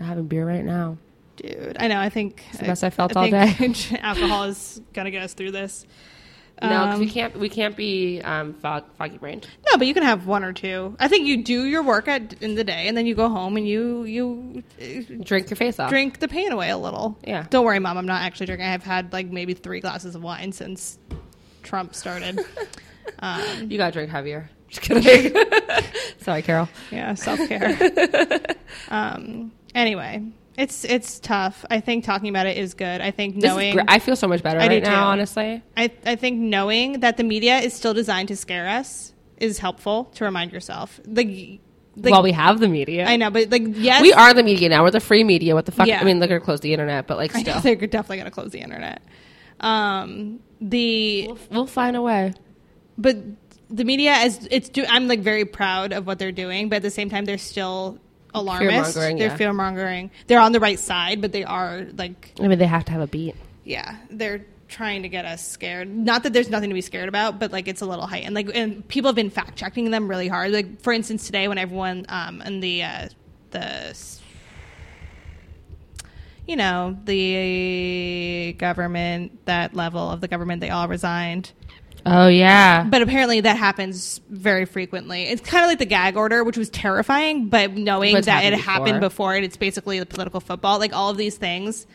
Speaker 3: I'm having beer right now.
Speaker 2: Dude, I know. I think it's
Speaker 3: the best I felt all
Speaker 2: day. alcohol is gonna get us through this.
Speaker 3: no, 'cause
Speaker 2: Um,
Speaker 3: we can't. We can't be um, fog, foggy brained.
Speaker 2: No, but you can have one or two. I think you do your work at, in the day, and then you go home and you you uh,
Speaker 3: Drink your face off.
Speaker 2: drink the pain away a little.
Speaker 3: Yeah.
Speaker 2: Don't worry, mom. I'm not actually drinking. I've had like maybe three glasses of wine since Trump started. um,
Speaker 3: You gotta drink heavier. Just kidding. Sorry, Carol.
Speaker 2: yeah, self care. um. Anyway, it's it's tough. I think talking about it is good. I think
Speaker 3: This
Speaker 2: knowing
Speaker 3: is gr- I feel so much better
Speaker 2: I do
Speaker 3: right now.
Speaker 2: too.
Speaker 3: Honestly,
Speaker 2: I, I think knowing that the media is still designed to scare us is helpful to remind yourself. Like, like
Speaker 3: well, we have the media.
Speaker 2: I know, but like, yes,
Speaker 3: We are the media now. We're the free media. What the fuck?
Speaker 2: Yeah.
Speaker 3: I mean, they're gonna close the internet, but like
Speaker 2: I know
Speaker 3: still,
Speaker 2: they're definitely going to close the internet. Um, the
Speaker 3: we'll, we'll find a way.
Speaker 2: but the media is it's do I'm like very proud of what they're doing, but at the same time they're still alarmist.
Speaker 3: Fear-mongering,
Speaker 2: They're
Speaker 3: yeah.
Speaker 2: fear mongering. They're on the right side, but they are like
Speaker 3: I mean, they have to have a beat.
Speaker 2: yeah, they're trying to get us scared. Not that there's nothing to be scared about, but like it's a little heightened. Like, and people have been fact checking them really hard. Like, for instance, today when everyone um in the uh, the s- you know the government that level of the government they all resigned.
Speaker 3: Oh yeah,
Speaker 2: But apparently that happens very frequently. It's kind of like the gag order, which was terrifying, but knowing
Speaker 3: But it's
Speaker 2: that it
Speaker 3: happened
Speaker 2: happened
Speaker 3: before.
Speaker 2: before and it's basically the political football, like all of these things,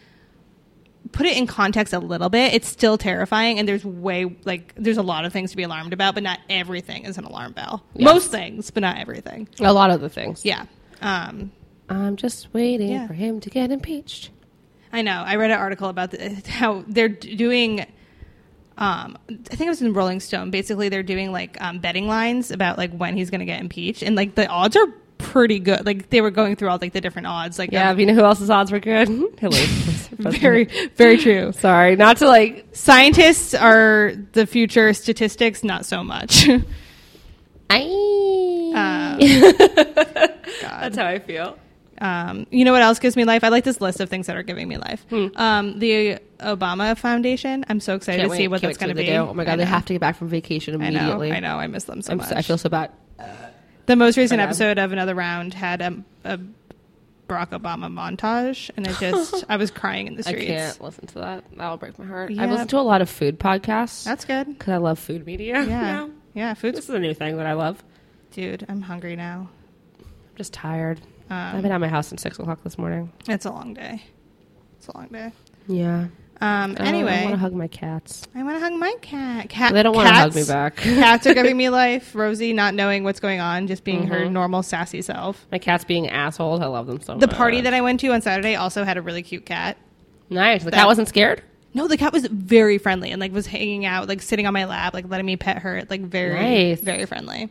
Speaker 2: put it in context a little bit. It's still terrifying and there's way like there's a lot of things to be alarmed about, but not everything is an alarm bell.
Speaker 3: Yeah.
Speaker 2: Most things, but not everything.
Speaker 3: a lot of the things.
Speaker 2: Yeah. Um
Speaker 3: I'm just waiting
Speaker 2: Yeah.
Speaker 3: for him to get impeached.
Speaker 2: I know. I read an article about the, how they're d- doing. Um, I think it was in Rolling Stone. Basically, they're doing like um, betting lines about like when he's going to get impeached, and like the odds are pretty good. Like they were going through all like the different odds. Like
Speaker 3: Yeah,
Speaker 2: um,
Speaker 3: but you know who else's odds were good? Hillary.
Speaker 2: very, very true.
Speaker 3: sorry, not to like.
Speaker 2: Scientists are the future. Statistics, not so much.
Speaker 3: I.
Speaker 2: um,
Speaker 3: That's how I feel.
Speaker 2: um, you know what else gives me life? I like this list of things that are giving me life.
Speaker 3: Hmm.
Speaker 2: Um, the Obama Foundation. I'm so excited to see what that's going to be.
Speaker 3: Oh my god,
Speaker 2: I
Speaker 3: they
Speaker 2: know.
Speaker 3: have to get back from vacation
Speaker 2: I know.
Speaker 3: immediately.
Speaker 2: I know. I miss them so
Speaker 3: I'm
Speaker 2: much.
Speaker 3: so- I feel so bad.
Speaker 2: The most recent
Speaker 3: them.
Speaker 2: episode of Another Round had a, a Barack Obama montage, and I just I was crying in the
Speaker 3: I
Speaker 2: streets.
Speaker 3: can't listen to that. That'll break my heart.
Speaker 2: Yeah.
Speaker 3: I listen to a lot of food podcasts
Speaker 2: That's good.
Speaker 3: because I love food media.
Speaker 2: Yeah, yeah.
Speaker 3: now. this
Speaker 2: food's
Speaker 3: is a new thing that I love.
Speaker 2: dude. I'm hungry now.
Speaker 3: I'm just tired. I've
Speaker 2: Um,
Speaker 3: been at my house since six o'clock this morning.
Speaker 2: it's a long day. It's a long day.
Speaker 3: Yeah.
Speaker 2: Um.
Speaker 3: I want
Speaker 2: Anyway,
Speaker 3: to hug my cats.
Speaker 2: I want to hug my cat. Cat.
Speaker 3: They don't want to hug
Speaker 2: cats-
Speaker 3: me back.
Speaker 2: cats are giving me life. Rosie not knowing what's going on, just being
Speaker 3: Mm-hmm.
Speaker 2: her normal sassy self.
Speaker 3: My cats being assholes. I love them so
Speaker 2: The
Speaker 3: much.
Speaker 2: party that I went to on Saturday also had a really cute cat.
Speaker 3: nice. The
Speaker 2: that-
Speaker 3: cat wasn't scared.
Speaker 2: No, the cat was very friendly and like was hanging out, like sitting on my lap, like letting me pet her, like very,
Speaker 3: Nice.
Speaker 2: very friendly.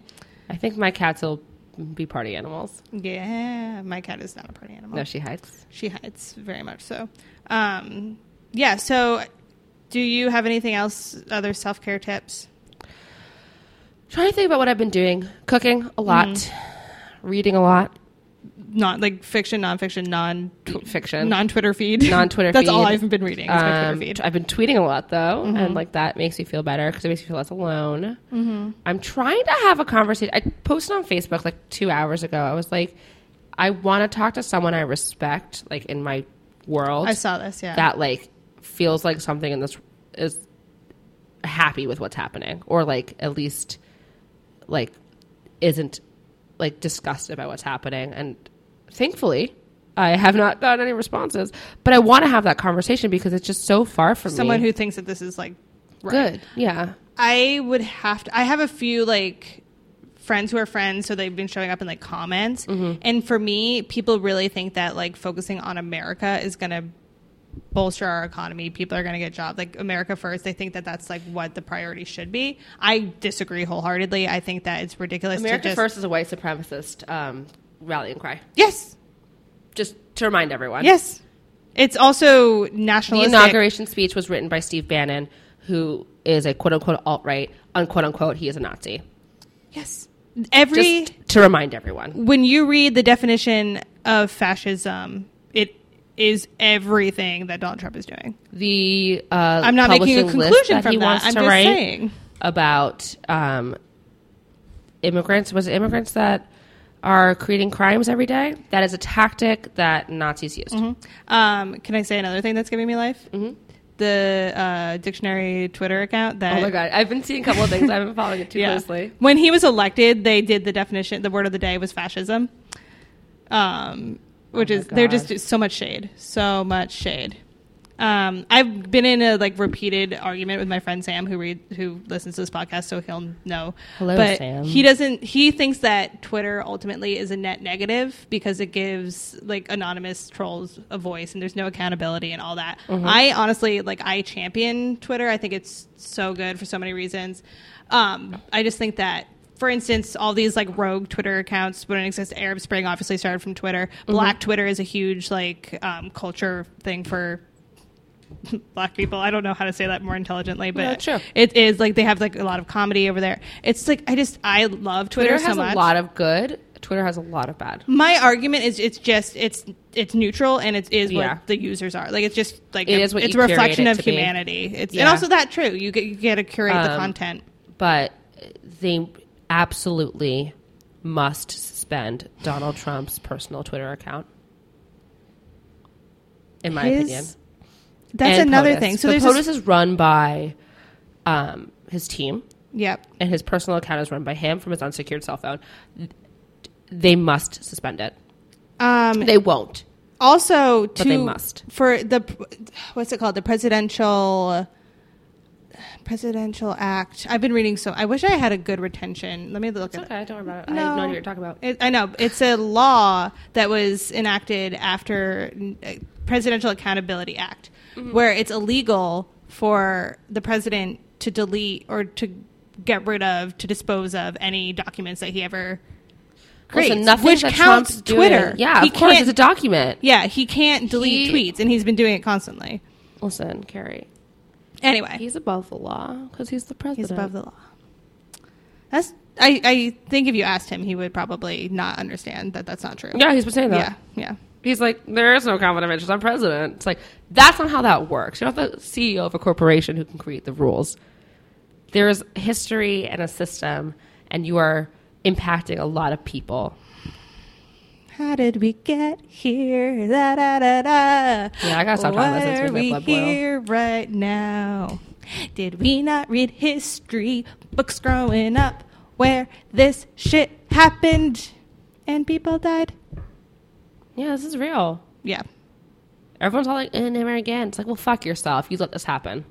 Speaker 3: I think my cats will be party animals.
Speaker 2: Yeah, my cat is not a party animal.
Speaker 3: No, she hides.
Speaker 2: she hides very much so. Um, yeah. So, do you have anything else? Other self care tips?
Speaker 3: Trying to think about what I've been doing. Cooking a lot,
Speaker 2: Mm-hmm.
Speaker 3: reading a lot,
Speaker 2: Not like fiction, nonfiction, non
Speaker 3: fiction,
Speaker 2: non Twitter feed,
Speaker 3: Um, Non-Twitter
Speaker 2: That's all
Speaker 3: feed.
Speaker 2: I've been reading. Is my Twitter
Speaker 3: Um,
Speaker 2: feed.
Speaker 3: t- I've been tweeting a lot though,
Speaker 2: Mm-hmm.
Speaker 3: and like that makes me feel better because it makes me feel less alone. I'm trying to have a conversation. I posted on Facebook like two hours ago. I was like, I want to talk to someone I respect, like in my world.
Speaker 2: I saw this. Yeah.
Speaker 3: that like feels like something in this is happy with what's happening, or like at least like isn't like disgusted by what's happening. And thankfully, I have not gotten any responses. But I want to have that conversation because it's just so far from
Speaker 2: Someone
Speaker 3: me.
Speaker 2: who thinks that this is like right.
Speaker 3: good, yeah.
Speaker 2: I would have to. I have a few like friends who are friends, so they've been showing up in like comments.
Speaker 3: Mm-hmm.
Speaker 2: And for me, people really think that like focusing on America is going to bolster our economy. People are going to get jobs. Like America first. They think that that's like what the priority should be. I disagree wholeheartedly. I think that it's ridiculous. to
Speaker 3: America
Speaker 2: just,
Speaker 3: First is a white supremacist um, rallying cry.
Speaker 2: Yes.
Speaker 3: Just to remind everyone,
Speaker 2: Yes. It's also
Speaker 3: The
Speaker 2: nationalistic.
Speaker 3: inauguration speech was written by Steve Bannon, who is a quote unquote alt right, unquote unquote. He is a Nazi.
Speaker 2: Yes. Every
Speaker 3: just to remind everyone.
Speaker 2: when you read the definition of fascism, it is everything that Donald Trump is doing.
Speaker 3: The uh,
Speaker 2: I'm not making a
Speaker 3: publishing list
Speaker 2: conclusion from
Speaker 3: he
Speaker 2: that.
Speaker 3: wants
Speaker 2: I'm
Speaker 3: to
Speaker 2: just
Speaker 3: write
Speaker 2: saying.
Speaker 3: about um, immigrants. Was it immigrants that are creating crimes every day? That is a tactic that Nazis used.
Speaker 2: Um, can I say another thing that's giving me life? Mm-hmm. The uh, dictionary Twitter account that.
Speaker 3: Oh my god! I've been seeing a couple of things. I haven't followed it too
Speaker 2: Yeah.
Speaker 3: closely.
Speaker 2: When he was elected, they did the definition. The word of the day was fascism, um, which
Speaker 3: Oh my
Speaker 2: is they're
Speaker 3: God.
Speaker 2: just so much shade, so much shade. Um, I've been in a like repeated argument with my friend Sam, who read who listens to this podcast, so he'll know.
Speaker 3: Hello,
Speaker 2: but
Speaker 3: Sam.
Speaker 2: He doesn't. He thinks that Twitter ultimately is a net negative because it gives like anonymous trolls a voice, and there's no accountability and all that.
Speaker 3: Mm-hmm.
Speaker 2: I honestly like. I champion Twitter. I think it's so good for so many reasons. Um, I just think that. For instance, all these like rogue Twitter accounts wouldn't exist. Arab Spring obviously
Speaker 3: Mm-hmm.
Speaker 2: started from Twitter. Black Twitter is a huge like um, culture thing for black people. I don't know how to say that more intelligently, but
Speaker 3: Yeah, sure.
Speaker 2: it is like they have like a lot of comedy over there. It's like I just I love Twitter,
Speaker 3: Twitter
Speaker 2: so
Speaker 3: has
Speaker 2: much.
Speaker 3: a lot of good. Twitter has a lot of bad.
Speaker 2: My argument is it's just it's it's neutral and it is
Speaker 3: Yeah.
Speaker 2: what the users are like. It's just like
Speaker 3: It is what
Speaker 2: it's a
Speaker 3: you curate
Speaker 2: reflection
Speaker 3: it
Speaker 2: of
Speaker 3: to be.
Speaker 2: humanity. It's and
Speaker 3: Yeah.
Speaker 2: also that true. You get you get to curate the
Speaker 3: Um,
Speaker 2: content.
Speaker 3: but they absolutely must suspend Donald Trump's personal Twitter account. In my
Speaker 2: His-
Speaker 3: opinion,
Speaker 2: That's
Speaker 3: And
Speaker 2: another
Speaker 3: POTUS.
Speaker 2: thing. So
Speaker 3: the
Speaker 2: there's
Speaker 3: POTUS
Speaker 2: this,
Speaker 3: is run by um, his team,
Speaker 2: yep.
Speaker 3: and his personal account is run by him from his unsecured cell phone. They must suspend it.
Speaker 2: Um,
Speaker 3: They won't.
Speaker 2: also to
Speaker 3: they must.
Speaker 2: for the what's it called the presidential presidential act i've been reading so i wish i had a good retention let me look at
Speaker 3: I don't remember.
Speaker 2: No. It, I know it's a law that was enacted after uh, Presidential Accountability Act,
Speaker 3: Mm-hmm.
Speaker 2: where it's illegal for the president to delete or to get rid of, to dispose of any documents that he ever creates,
Speaker 3: Listen, nothing
Speaker 2: which
Speaker 3: that
Speaker 2: counts
Speaker 3: Trump's doing-
Speaker 2: Twitter.
Speaker 3: Yeah,
Speaker 2: he
Speaker 3: of course,
Speaker 2: can't-
Speaker 3: it's a document.
Speaker 2: yeah, he can't delete
Speaker 3: He-
Speaker 2: tweets, and he's been doing it constantly.
Speaker 3: Listen, Carrie,
Speaker 2: Anyway, he's,
Speaker 3: he's above the law because he's the president.
Speaker 2: above the law. That's I, I think if you asked him, he would probably not understand that that's not true.
Speaker 3: Yeah, he's been saying that.
Speaker 2: yeah, yeah.
Speaker 3: He's like, there is no conflict of interest. I'm president. It's like that's not how that works. You're not the CEO of a corporation who can create the rules. There is history and a system, and you are impacting a lot of people.
Speaker 2: How did we get here? Da, da, da, da.
Speaker 3: Yeah, I gotta stop
Speaker 2: Why
Speaker 3: talking about this. It's
Speaker 2: are
Speaker 3: making my
Speaker 2: we
Speaker 3: blood boil.
Speaker 2: here right now? Did we not read history books growing up where this shit happened and people died?
Speaker 3: Yeah, this is real.
Speaker 2: Yeah.
Speaker 3: Everyone's all like, eh, never again. It's like, well, fuck yourself. You let this happen.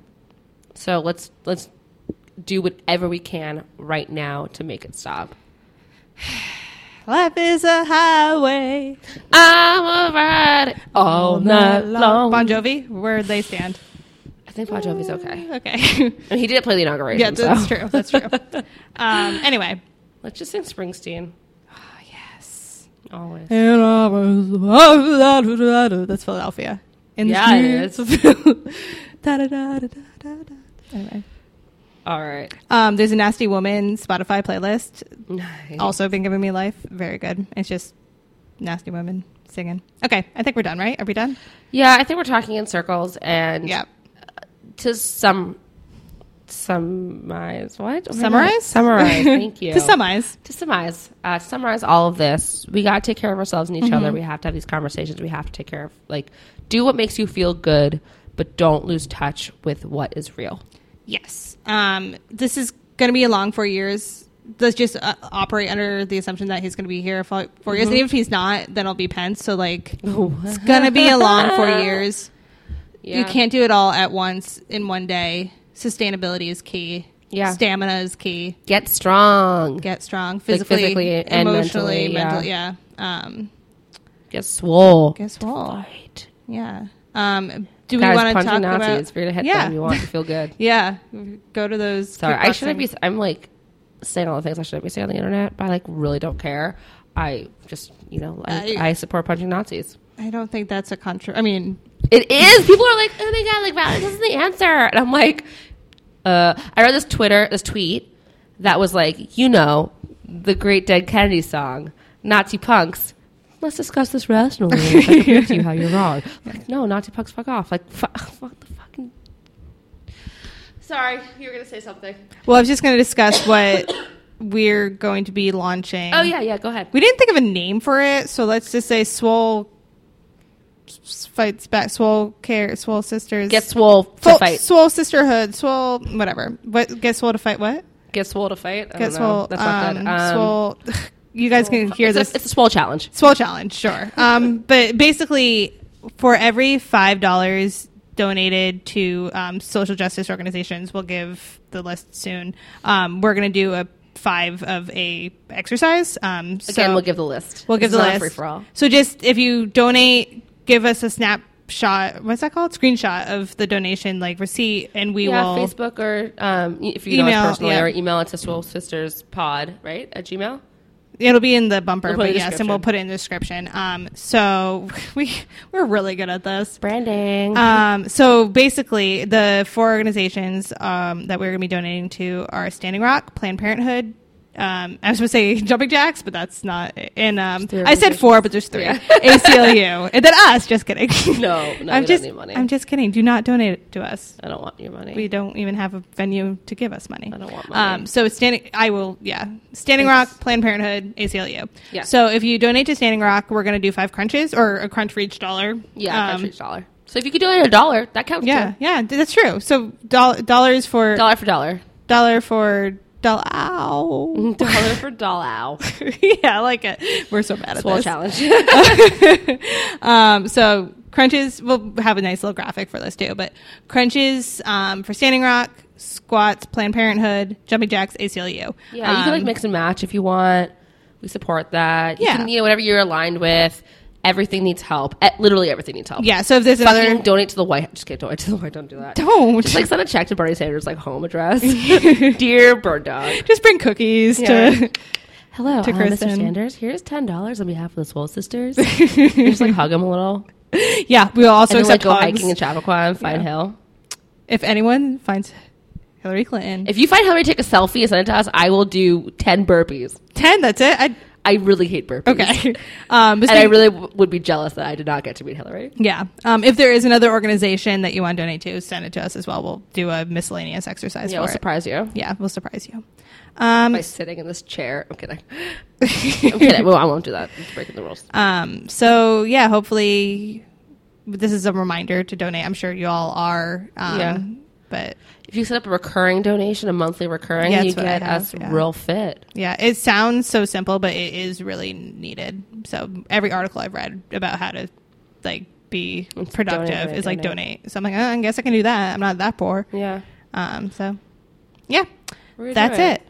Speaker 3: So let's let's do whatever we can right now to make it stop.
Speaker 2: Life is a highway.
Speaker 3: I'm a ride all night long.
Speaker 2: Bon Jovi, where they stand.
Speaker 3: I think Bon Jovi's okay.
Speaker 2: Okay.
Speaker 3: I mean, he did play the inauguration.
Speaker 2: yeah, that's
Speaker 3: so.
Speaker 2: true. That's true. Um, anyway.
Speaker 3: Let's just sing Springsteen.
Speaker 2: Ah, Yes.
Speaker 3: Always.
Speaker 2: And I was- That's Philadelphia. In the
Speaker 3: Yeah, it
Speaker 2: streets of- Da, da, da, da, da, da, da. Anyway.
Speaker 3: All right.
Speaker 2: Um, there's a Nasty Woman Spotify playlist.
Speaker 3: Nice.
Speaker 2: Also been giving me life. Very good. It's just Nasty Woman singing. Okay, I think we're done, right? Are we done?
Speaker 3: Yeah, I think we're talking in circles and
Speaker 2: Yeah.
Speaker 3: to some summarize what? Oh my God.
Speaker 2: Summarize?
Speaker 3: Summarize. Thank you.
Speaker 2: To summarize.
Speaker 3: To summarize, uh, to summarize all of this, we got to take care of ourselves
Speaker 2: Mm-hmm.
Speaker 3: and each other. We have to have these conversations. We have to take care of, like, do what makes you feel good, but don't lose touch with what is real.
Speaker 2: Yes. Um, this is going to be a long four years. Let's just uh, operate under the assumption that he's going to be here for 4 years.
Speaker 3: Mm-hmm.
Speaker 2: And even if he's not, then I'll be Pence. So, like, it's going to be a long four years. You
Speaker 3: Yeah.
Speaker 2: can't do it all at once in one day. Sustainability is key.
Speaker 3: Yeah.
Speaker 2: Stamina is key.
Speaker 3: Get strong. Get,
Speaker 2: Get strong physically,
Speaker 3: physically and
Speaker 2: emotionally, mentally.
Speaker 3: mentally,
Speaker 2: Yeah. Um,
Speaker 3: swole.
Speaker 2: guess what?
Speaker 3: Fight.
Speaker 2: Yeah. Um, do we
Speaker 3: Guys,
Speaker 2: want to talk
Speaker 3: punching Nazis.
Speaker 2: about?
Speaker 3: We're going to hit
Speaker 2: yeah.
Speaker 3: them. You want to feel good.
Speaker 2: yeah. Go to those.
Speaker 3: Sorry, I shouldn't
Speaker 2: kickboxing-
Speaker 3: be. I'm like saying all the things I shouldn't be saying on the internet, but I like really don't care. I just, you know, I,
Speaker 2: I-
Speaker 3: I, support punching Nazis.
Speaker 2: I don't think that's a contra. I mean,
Speaker 3: It is. People are like, oh my god, like violence isn't the answer, and I'm like, uh, I read this Twitter, this tweet that was like, you know, the Great Dead Kennedy song, Nazi punks. Let's discuss this rationally. If I prove to you how you're wrong. Like, no, Nazi punks, fuck off. Like, fuck, fuck the fucking. Sorry, you were gonna say something.
Speaker 2: Well, I was just going to discuss what we're going to be launching.
Speaker 3: Oh yeah, yeah. Go ahead.
Speaker 2: We didn't think of a name for it, so let's just say Swole s- fights back. Swole care. Swole sisters.
Speaker 3: Get swole to
Speaker 2: Fo-
Speaker 3: fight.
Speaker 2: Swole sisterhood. Swole whatever. What? Get swole to fight what?
Speaker 3: Get swole to fight.
Speaker 2: Get
Speaker 3: I don't know.
Speaker 2: swole.
Speaker 3: That's
Speaker 2: um,
Speaker 3: not good. Um,
Speaker 2: swole. You guys can hear
Speaker 3: it's
Speaker 2: this.
Speaker 3: A, it's a swole challenge.
Speaker 2: Swole challenge, sure. Um, but basically, for every five dollars donated to um, social justice organizations, we'll give the list soon. Um, we're going to do a five of a exercise. Um, so
Speaker 3: Again, we'll give the list.
Speaker 2: we'll give
Speaker 3: It's
Speaker 2: the
Speaker 3: not a
Speaker 2: list.
Speaker 3: free for all.
Speaker 2: So just if you donate, give us a snapshot. What's that called? Screenshot of the donation, like receipt, and we
Speaker 3: Yeah,
Speaker 2: will.
Speaker 3: Facebook or um, y- if you know
Speaker 2: Email,
Speaker 3: us personally
Speaker 2: yeah.
Speaker 3: or email it to swole sisters pod right at Gmail.
Speaker 2: It'll be in the bumper,
Speaker 3: We'll put it
Speaker 2: but
Speaker 3: in
Speaker 2: yes, and we'll put it in the description. Um, so we we're really good at this.
Speaker 3: Branding.
Speaker 2: Um, so basically, the four organizations um, that we're going to be donating to are Standing Rock, Planned Parenthood. Um, I was going to say Jumping Jacks, but that's not. And um,
Speaker 3: three
Speaker 2: I said four, but there's three. ACLU, and then us. Just kidding.
Speaker 3: no, no,
Speaker 2: I'm
Speaker 3: we
Speaker 2: just.
Speaker 3: don't need money.
Speaker 2: I'm just kidding. Do not donate to us.
Speaker 3: I don't want your money.
Speaker 2: We don't even have a venue to give us money.
Speaker 3: I don't want money.
Speaker 2: Um, so it's standing. I will. Yeah, Standing
Speaker 3: Thanks.
Speaker 2: Rock, Planned Parenthood, ACLU.
Speaker 3: Yeah.
Speaker 2: So if you donate to Standing Rock, we're going to do five crunches or a crunch for each dollar.
Speaker 3: yeah,
Speaker 2: Um,
Speaker 3: country dollar. So if you could do it a dollar, that counts.
Speaker 2: yeah,
Speaker 3: too.
Speaker 2: yeah, th- that's true. So doll- dollars for dollar,
Speaker 3: dollar for dollar,
Speaker 2: for dollar. Ow.
Speaker 3: dollar for dollar. Ow.
Speaker 2: yeah, I like it. We're so bad at
Speaker 3: Swole
Speaker 2: this.
Speaker 3: Mm-hmm. challenge.
Speaker 2: Um, so crunches. We'll have a nice little graphic for this too. But crunches um, for Standing Rock, squats, Planned Parenthood, jumping jacks, ACLU.
Speaker 3: Yeah, you can like
Speaker 2: Um,
Speaker 3: mix and match if you want. We support that. You
Speaker 2: Yeah.
Speaker 3: can, you know, whatever you're aligned with. Everything needs help. Eh, Literally everything needs help.
Speaker 2: Yeah. So if there's
Speaker 3: Fucking
Speaker 2: another,
Speaker 3: donate to the White House. Just kidding. Donate to the White. Don't do that.
Speaker 2: don't
Speaker 3: Just like send a check to Bernie Sanders like home address. Dear Bird Dog.
Speaker 2: just bring cookies
Speaker 3: Yeah.
Speaker 2: to.
Speaker 3: Hello,
Speaker 2: To
Speaker 3: I'm Mr.
Speaker 2: Kristen.
Speaker 3: Sanders. Here's ten dollars on behalf of the Swole Sisters. You just like hug him a little,
Speaker 2: Yeah, we will also
Speaker 3: and then, like
Speaker 2: accept
Speaker 3: go
Speaker 2: hugs.
Speaker 3: hiking in Chappaqua and find Hill.
Speaker 2: if anyone finds Hillary Clinton,
Speaker 3: If you find Hillary, take a selfie and send it to us. I will do ten burpees.
Speaker 2: ten, that's it. I,
Speaker 3: I really hate burpees.
Speaker 2: okay. Um, but
Speaker 3: and I
Speaker 2: speak-
Speaker 3: really w- would be jealous that I did not get to meet Hillary.
Speaker 2: Yeah. Um, if there is another organization that you want to donate to, send it to us as well. We'll do a miscellaneous exercise
Speaker 3: Yeah,
Speaker 2: for
Speaker 3: I'll
Speaker 2: it.
Speaker 3: surprise you
Speaker 2: Yeah, we'll surprise you. Um,
Speaker 3: by sitting in this chair. I'm kidding. I'm kidding. Well, I won't do that. It's breaking the rules.
Speaker 2: um, so yeah, hopefully this is a reminder to donate. I'm sure you all are. Um,
Speaker 3: Yeah.
Speaker 2: But
Speaker 3: If you set up a recurring donation, a monthly recurring,
Speaker 2: Yeah,
Speaker 3: you
Speaker 2: that's what I
Speaker 3: get
Speaker 2: have,
Speaker 3: us
Speaker 2: yeah.
Speaker 3: real fit.
Speaker 2: yeah, it sounds so simple, but it is really needed. So every article I've read about how to like be
Speaker 3: It's
Speaker 2: productive
Speaker 3: donate, donate,
Speaker 2: is like
Speaker 3: donate.
Speaker 2: donate. So I'm like, oh, I guess I can do that. I'm not that poor.
Speaker 3: Yeah,
Speaker 2: Um, so yeah,
Speaker 3: We're
Speaker 2: that's
Speaker 3: doing
Speaker 2: it.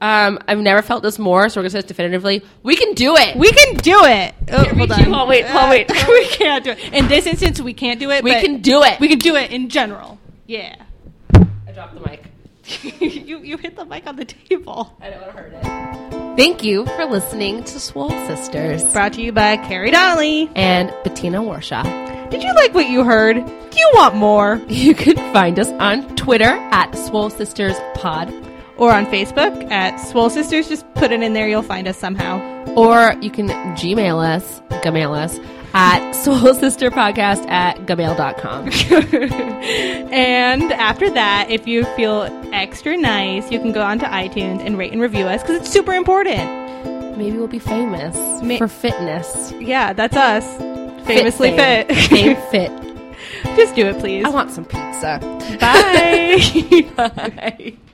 Speaker 3: Um, I've never felt this more, so we're gonna say this definitively: we can do it.
Speaker 2: We can do it. Oh, hold on.
Speaker 3: can't- hold, wait, hold, wait.
Speaker 2: we can't do it. In this instance, we can't do it.
Speaker 3: We
Speaker 2: but
Speaker 3: can do it.
Speaker 2: We can do it in general. Yeah.
Speaker 3: I dropped the mic.
Speaker 2: you you hit the mic on the table.
Speaker 3: I don't want to hurt it. Thank you for listening to Swole Sisters
Speaker 2: Brought to you by Carrie Donnelly.
Speaker 3: and Bettina Warshaw.
Speaker 2: Did you like what you heard? Do you want more?
Speaker 3: You can find us on Twitter at Swole Sisters Pod,
Speaker 2: Or on Facebook at Swole Sisters. Just put it in there. You'll find us somehow.
Speaker 3: or you can Gmail us, Gmail us at Swole Sister Podcast at Gmail.com.
Speaker 2: and after that, if you feel extra nice, you can go onto iTunes and rate and review us because it's super important.
Speaker 3: Maybe we'll be famous
Speaker 2: Ma-
Speaker 3: for fitness.
Speaker 2: Yeah, that's us. Famously
Speaker 3: fame.
Speaker 2: fit.
Speaker 3: Fame fit.
Speaker 2: Just do it, please.
Speaker 3: I want some pizza.
Speaker 2: Bye.
Speaker 3: Bye.